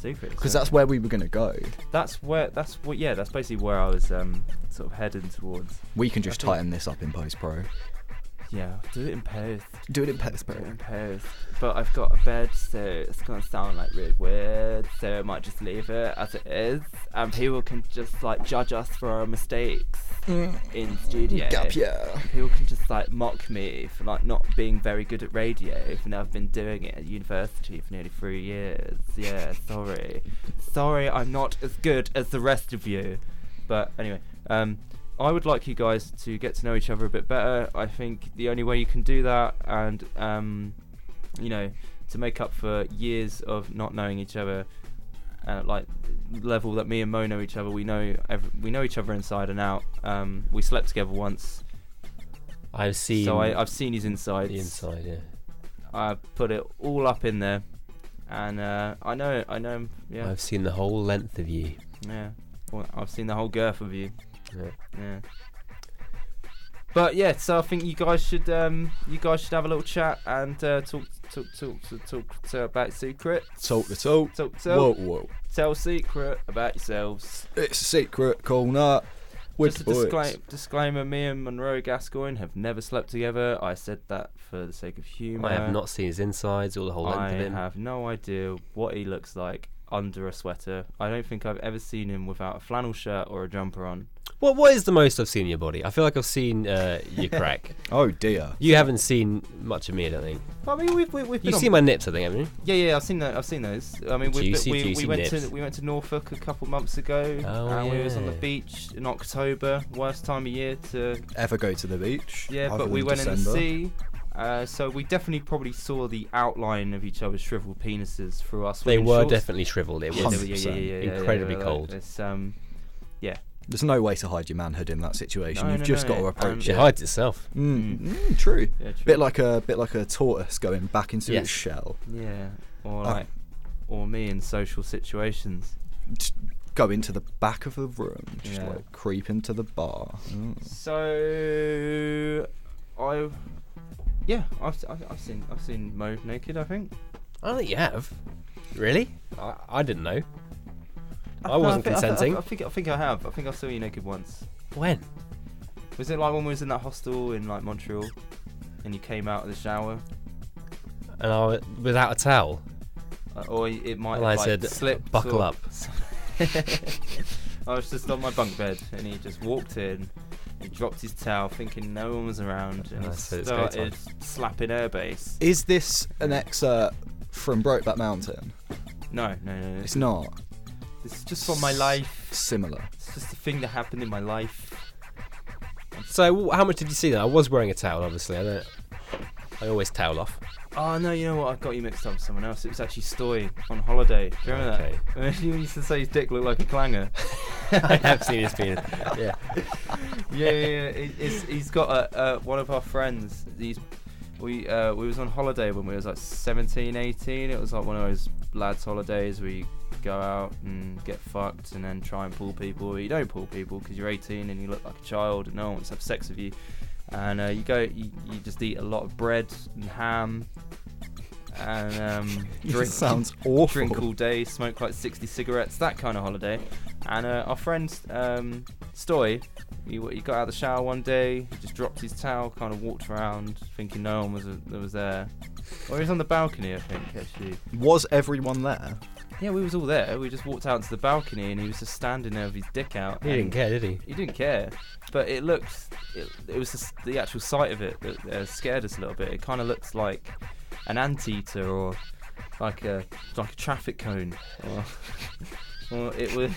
Speaker 2: secret.
Speaker 3: because
Speaker 2: so-
Speaker 3: that's where we were gonna go.
Speaker 2: that's where that's what yeah that's basically where I was um sort of heading towards.
Speaker 3: We can just
Speaker 2: think-
Speaker 3: tighten this up in post pro.
Speaker 2: Yeah, do it in post.
Speaker 3: Do it in post
Speaker 2: Do it in post. But I've got a bed, so it's gonna sound like really weird. So I might just leave it as it is, and people can just like judge us for our mistakes in studio.
Speaker 3: Gap year.
Speaker 2: People can just like mock me for like not being very good at radio, even though I've been doing it at university for nearly three years. Yeah, sorry, sorry, I'm not as good as the rest of you. But anyway, um, I would like you guys to get to know each other a bit better. I think the only way you can do that, and um, you know, to make up for years of not knowing each other, uh, like level that me and Mo know each other, we know ev- we know each other inside and out. Um, we slept together once,
Speaker 4: I've seen
Speaker 2: so I, I've seen his insides.
Speaker 4: the inside. Yeah.
Speaker 2: I put it all up in there, and uh, I know I know him. Yeah,
Speaker 4: I've seen the whole length of you.
Speaker 2: yeah. Well, I've seen the whole girth of you.
Speaker 4: Yeah.
Speaker 2: Yeah. But yeah, so I think you guys should um you guys should have a little chat and uh, talk talk talk talk, talk to about secret
Speaker 3: Talk the talk.
Speaker 2: talk to
Speaker 3: Whoa, whoa.
Speaker 2: tell secret about yourselves.
Speaker 3: It's a secret corner. With
Speaker 2: Just a
Speaker 3: the boys.
Speaker 2: disclaim, disclaimer: Me and Monroe Gascoigne have never slept together. I said that for the sake of humour.
Speaker 4: I have not seen his insides or the whole length
Speaker 2: I
Speaker 4: of him.
Speaker 2: have no idea what he looks like under a sweater. I don't think I've ever seen him without a flannel shirt or a jumper on.
Speaker 4: What What is the most I've seen your body? I feel like I've seen uh, your crack.
Speaker 3: Oh dear.
Speaker 4: You haven't seen much of me, I don't think.
Speaker 2: I mean, we've, we- we've been
Speaker 4: You've
Speaker 2: on-
Speaker 4: seen my nips, I think, haven't you?
Speaker 2: Yeah, yeah, I've seen that. I've seen those. I mean, we,
Speaker 4: Juicy,
Speaker 2: we,
Speaker 4: juicy
Speaker 2: we went
Speaker 4: nips.
Speaker 2: to we went to Norfolk a couple months ago.
Speaker 4: Oh,
Speaker 2: and we was on the
Speaker 4: yeah.
Speaker 2: beach in October, worst time of year to
Speaker 3: Ever go to the beach?
Speaker 2: yeah.
Speaker 3: other
Speaker 2: but
Speaker 3: than
Speaker 2: we went in the
Speaker 3: December?
Speaker 2: sea, uh, so we definitely probably saw the outline of each other's shriveled penises through us.
Speaker 4: They
Speaker 2: wearing
Speaker 4: were
Speaker 2: shorts.
Speaker 4: definitely shriveled. It
Speaker 2: yeah,
Speaker 4: was
Speaker 2: they were- yeah, yeah, yeah,
Speaker 3: 100%.
Speaker 2: yeah, yeah, yeah,
Speaker 4: incredibly
Speaker 2: like,
Speaker 4: cold.
Speaker 2: It's um,
Speaker 3: There's no way to hide your manhood in that situation.
Speaker 2: No,
Speaker 3: You've
Speaker 2: no,
Speaker 3: just
Speaker 2: no,
Speaker 3: got to
Speaker 2: um,
Speaker 3: approach
Speaker 4: It
Speaker 3: it.
Speaker 4: hides itself.
Speaker 3: Mm, mm, true.
Speaker 2: yeah, true.
Speaker 3: Bit like a bit like a tortoise going back into
Speaker 4: Yes.
Speaker 3: its shell.
Speaker 2: yeah, or
Speaker 3: Uh,
Speaker 2: like or me in social situations.
Speaker 3: Just go into the back of the room. Just
Speaker 2: Yeah.
Speaker 3: like creep into the bar. Mm.
Speaker 2: So I've yeah, I've, I've I've seen I've seen Mo naked. I think.
Speaker 4: I don't think you have. Really? I, I didn't know. I
Speaker 2: No,
Speaker 4: wasn't
Speaker 2: thi- I thi-
Speaker 4: consenting.
Speaker 2: I, think I think I have. I think I saw you naked once.
Speaker 4: When?
Speaker 2: Was it like when we was in that hostel in like Montreal, and you came out of the shower,
Speaker 4: And I was without a towel.
Speaker 2: Uh, or y- it might
Speaker 4: And I
Speaker 2: have, like,
Speaker 4: said,
Speaker 2: slipped
Speaker 4: "Buckle
Speaker 2: or-
Speaker 4: up."
Speaker 2: I was just on my bunk bed, and he just walked in. He dropped his towel, thinking no one was around, and
Speaker 4: I
Speaker 2: he
Speaker 4: said, "It's go time."
Speaker 2: started slapping her base.
Speaker 3: Is this an excerpt from Brokeback Mountain?
Speaker 2: No, no, no, no.
Speaker 3: It's not.
Speaker 2: This is just from my life.
Speaker 3: Similar.
Speaker 2: It's just a thing that happened in my life.
Speaker 4: So w- how much did you see that? I was wearing a towel, obviously. I don't. I always towel off.
Speaker 2: Oh no, you know what? I got you mixed up with someone else. It was actually Stoy on holiday. Do you remember
Speaker 4: Okay.
Speaker 2: that? Remember he used to say his dick looked like a clanger.
Speaker 4: I have seen his penis.
Speaker 2: yeah,
Speaker 4: Yeah.
Speaker 2: yeah, yeah. It, it's, he's got a, uh, one of our friends. He's we uh, we was on holiday when we was like 17, 18. It was like one of those lads' holidays where you go out and get fucked and then try and pull people. You don't pull people because you're 18 and you look like a child and no one wants to have sex with you. And uh, you go, you, you just eat a lot of bread and ham. And um, drink,
Speaker 3: sounds awful.
Speaker 2: drink all day, smoke like 60 cigarettes, that kind of holiday. And uh, our friend um, Stoy, he, he got out of the shower one day, he just dropped his towel, kind of walked around, thinking no one was that was there. Or he was on the balcony, I think, actually.
Speaker 3: Was everyone there?
Speaker 2: Yeah, we was all there. We just walked out to the balcony, and he was just standing there with his dick out.
Speaker 4: He didn't
Speaker 2: and
Speaker 4: care, did he?
Speaker 2: He didn't care. But it looked, it, it was just the actual sight of it that uh, scared us a little bit. It kind of looked like an anteater or like a like a traffic cone. Or, or it was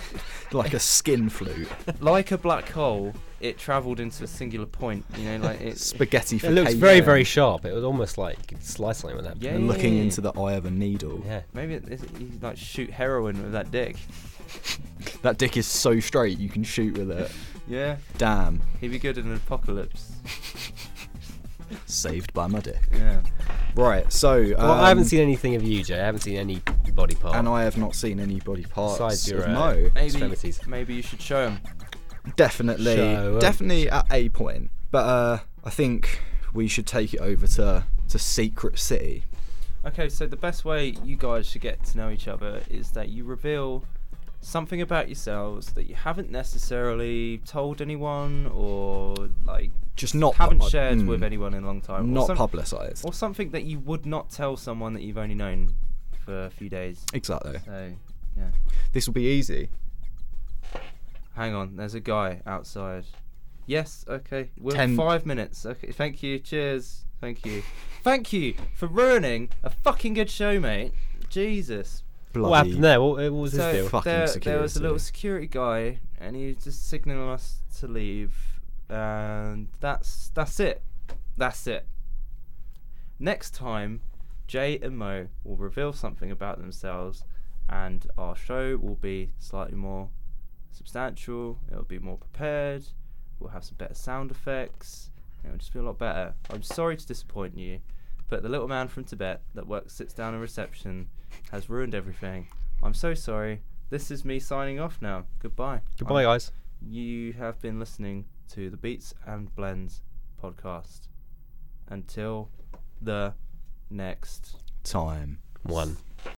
Speaker 3: Like a skin flute.
Speaker 2: like a black hole. It travelled into a singular point. You know, like it.
Speaker 3: Spaghetti for
Speaker 4: It looks
Speaker 3: cake.
Speaker 4: very, very sharp. It was almost like you could slice something with that.
Speaker 2: uh, Yeah.
Speaker 3: And looking into the eye of a needle.
Speaker 4: Yeah.
Speaker 2: Maybe it, is it, you like shoot heroin with that dick.
Speaker 3: That dick is so straight you can shoot with it.
Speaker 2: Yeah,
Speaker 3: Damn.
Speaker 2: he'd be good in an apocalypse.
Speaker 3: Saved by my dick.
Speaker 2: Yeah.
Speaker 3: Right, so.
Speaker 4: Well, I haven't
Speaker 3: um,
Speaker 4: seen anything of you, Jay. I haven't seen any body part.
Speaker 3: And I have not seen any body parts
Speaker 4: Besides your,
Speaker 3: of
Speaker 4: uh,
Speaker 3: Mo.
Speaker 2: Maybe,
Speaker 4: Extremities.
Speaker 2: maybe you should show him.
Speaker 3: Definitely,
Speaker 4: Show uh, 'em.
Speaker 3: definitely at a point. But uh, I think we should take it over to to Secret City.
Speaker 2: Okay, so the best way you guys should get to know each other is that you reveal something about yourselves that you haven't necessarily told anyone or like
Speaker 3: Just not
Speaker 2: haven't
Speaker 3: pub-
Speaker 2: shared
Speaker 3: mm,
Speaker 2: with anyone in a long time. or
Speaker 3: Not
Speaker 2: some-
Speaker 3: publicised.
Speaker 2: Or something that you would not tell someone that you've only known for a few days.
Speaker 3: Exactly.
Speaker 2: So, yeah.
Speaker 3: This will be easy.
Speaker 2: Hang on, there's a guy outside. Yes, okay. We're
Speaker 3: Ten-
Speaker 2: five minutes. Okay, thank you. Cheers. Thank you. Thank you for ruining a fucking good show, mate. Jesus.
Speaker 3: Bloody
Speaker 4: what happened there? What, what was his
Speaker 2: So
Speaker 4: deal?
Speaker 3: fuck. Fucking
Speaker 2: there, there was
Speaker 3: security.
Speaker 2: a little security guy, and he was just signaling us to leave, and that's that's it, that's it. Next time, Jay and Mo will reveal something about themselves, and our show will be slightly more substantial. It'll be more prepared. We'll have some better sound effects. It'll just be a lot better. I'm sorry to disappoint you, but the little man from Tibet that works sits down in reception has ruined everything. I'm so sorry. This is me signing off now. Goodbye.
Speaker 4: Goodbye,
Speaker 2: I'm-
Speaker 4: guys.
Speaker 2: You have been listening to the Beats and Blends podcast. Until the next
Speaker 3: Time.
Speaker 4: One.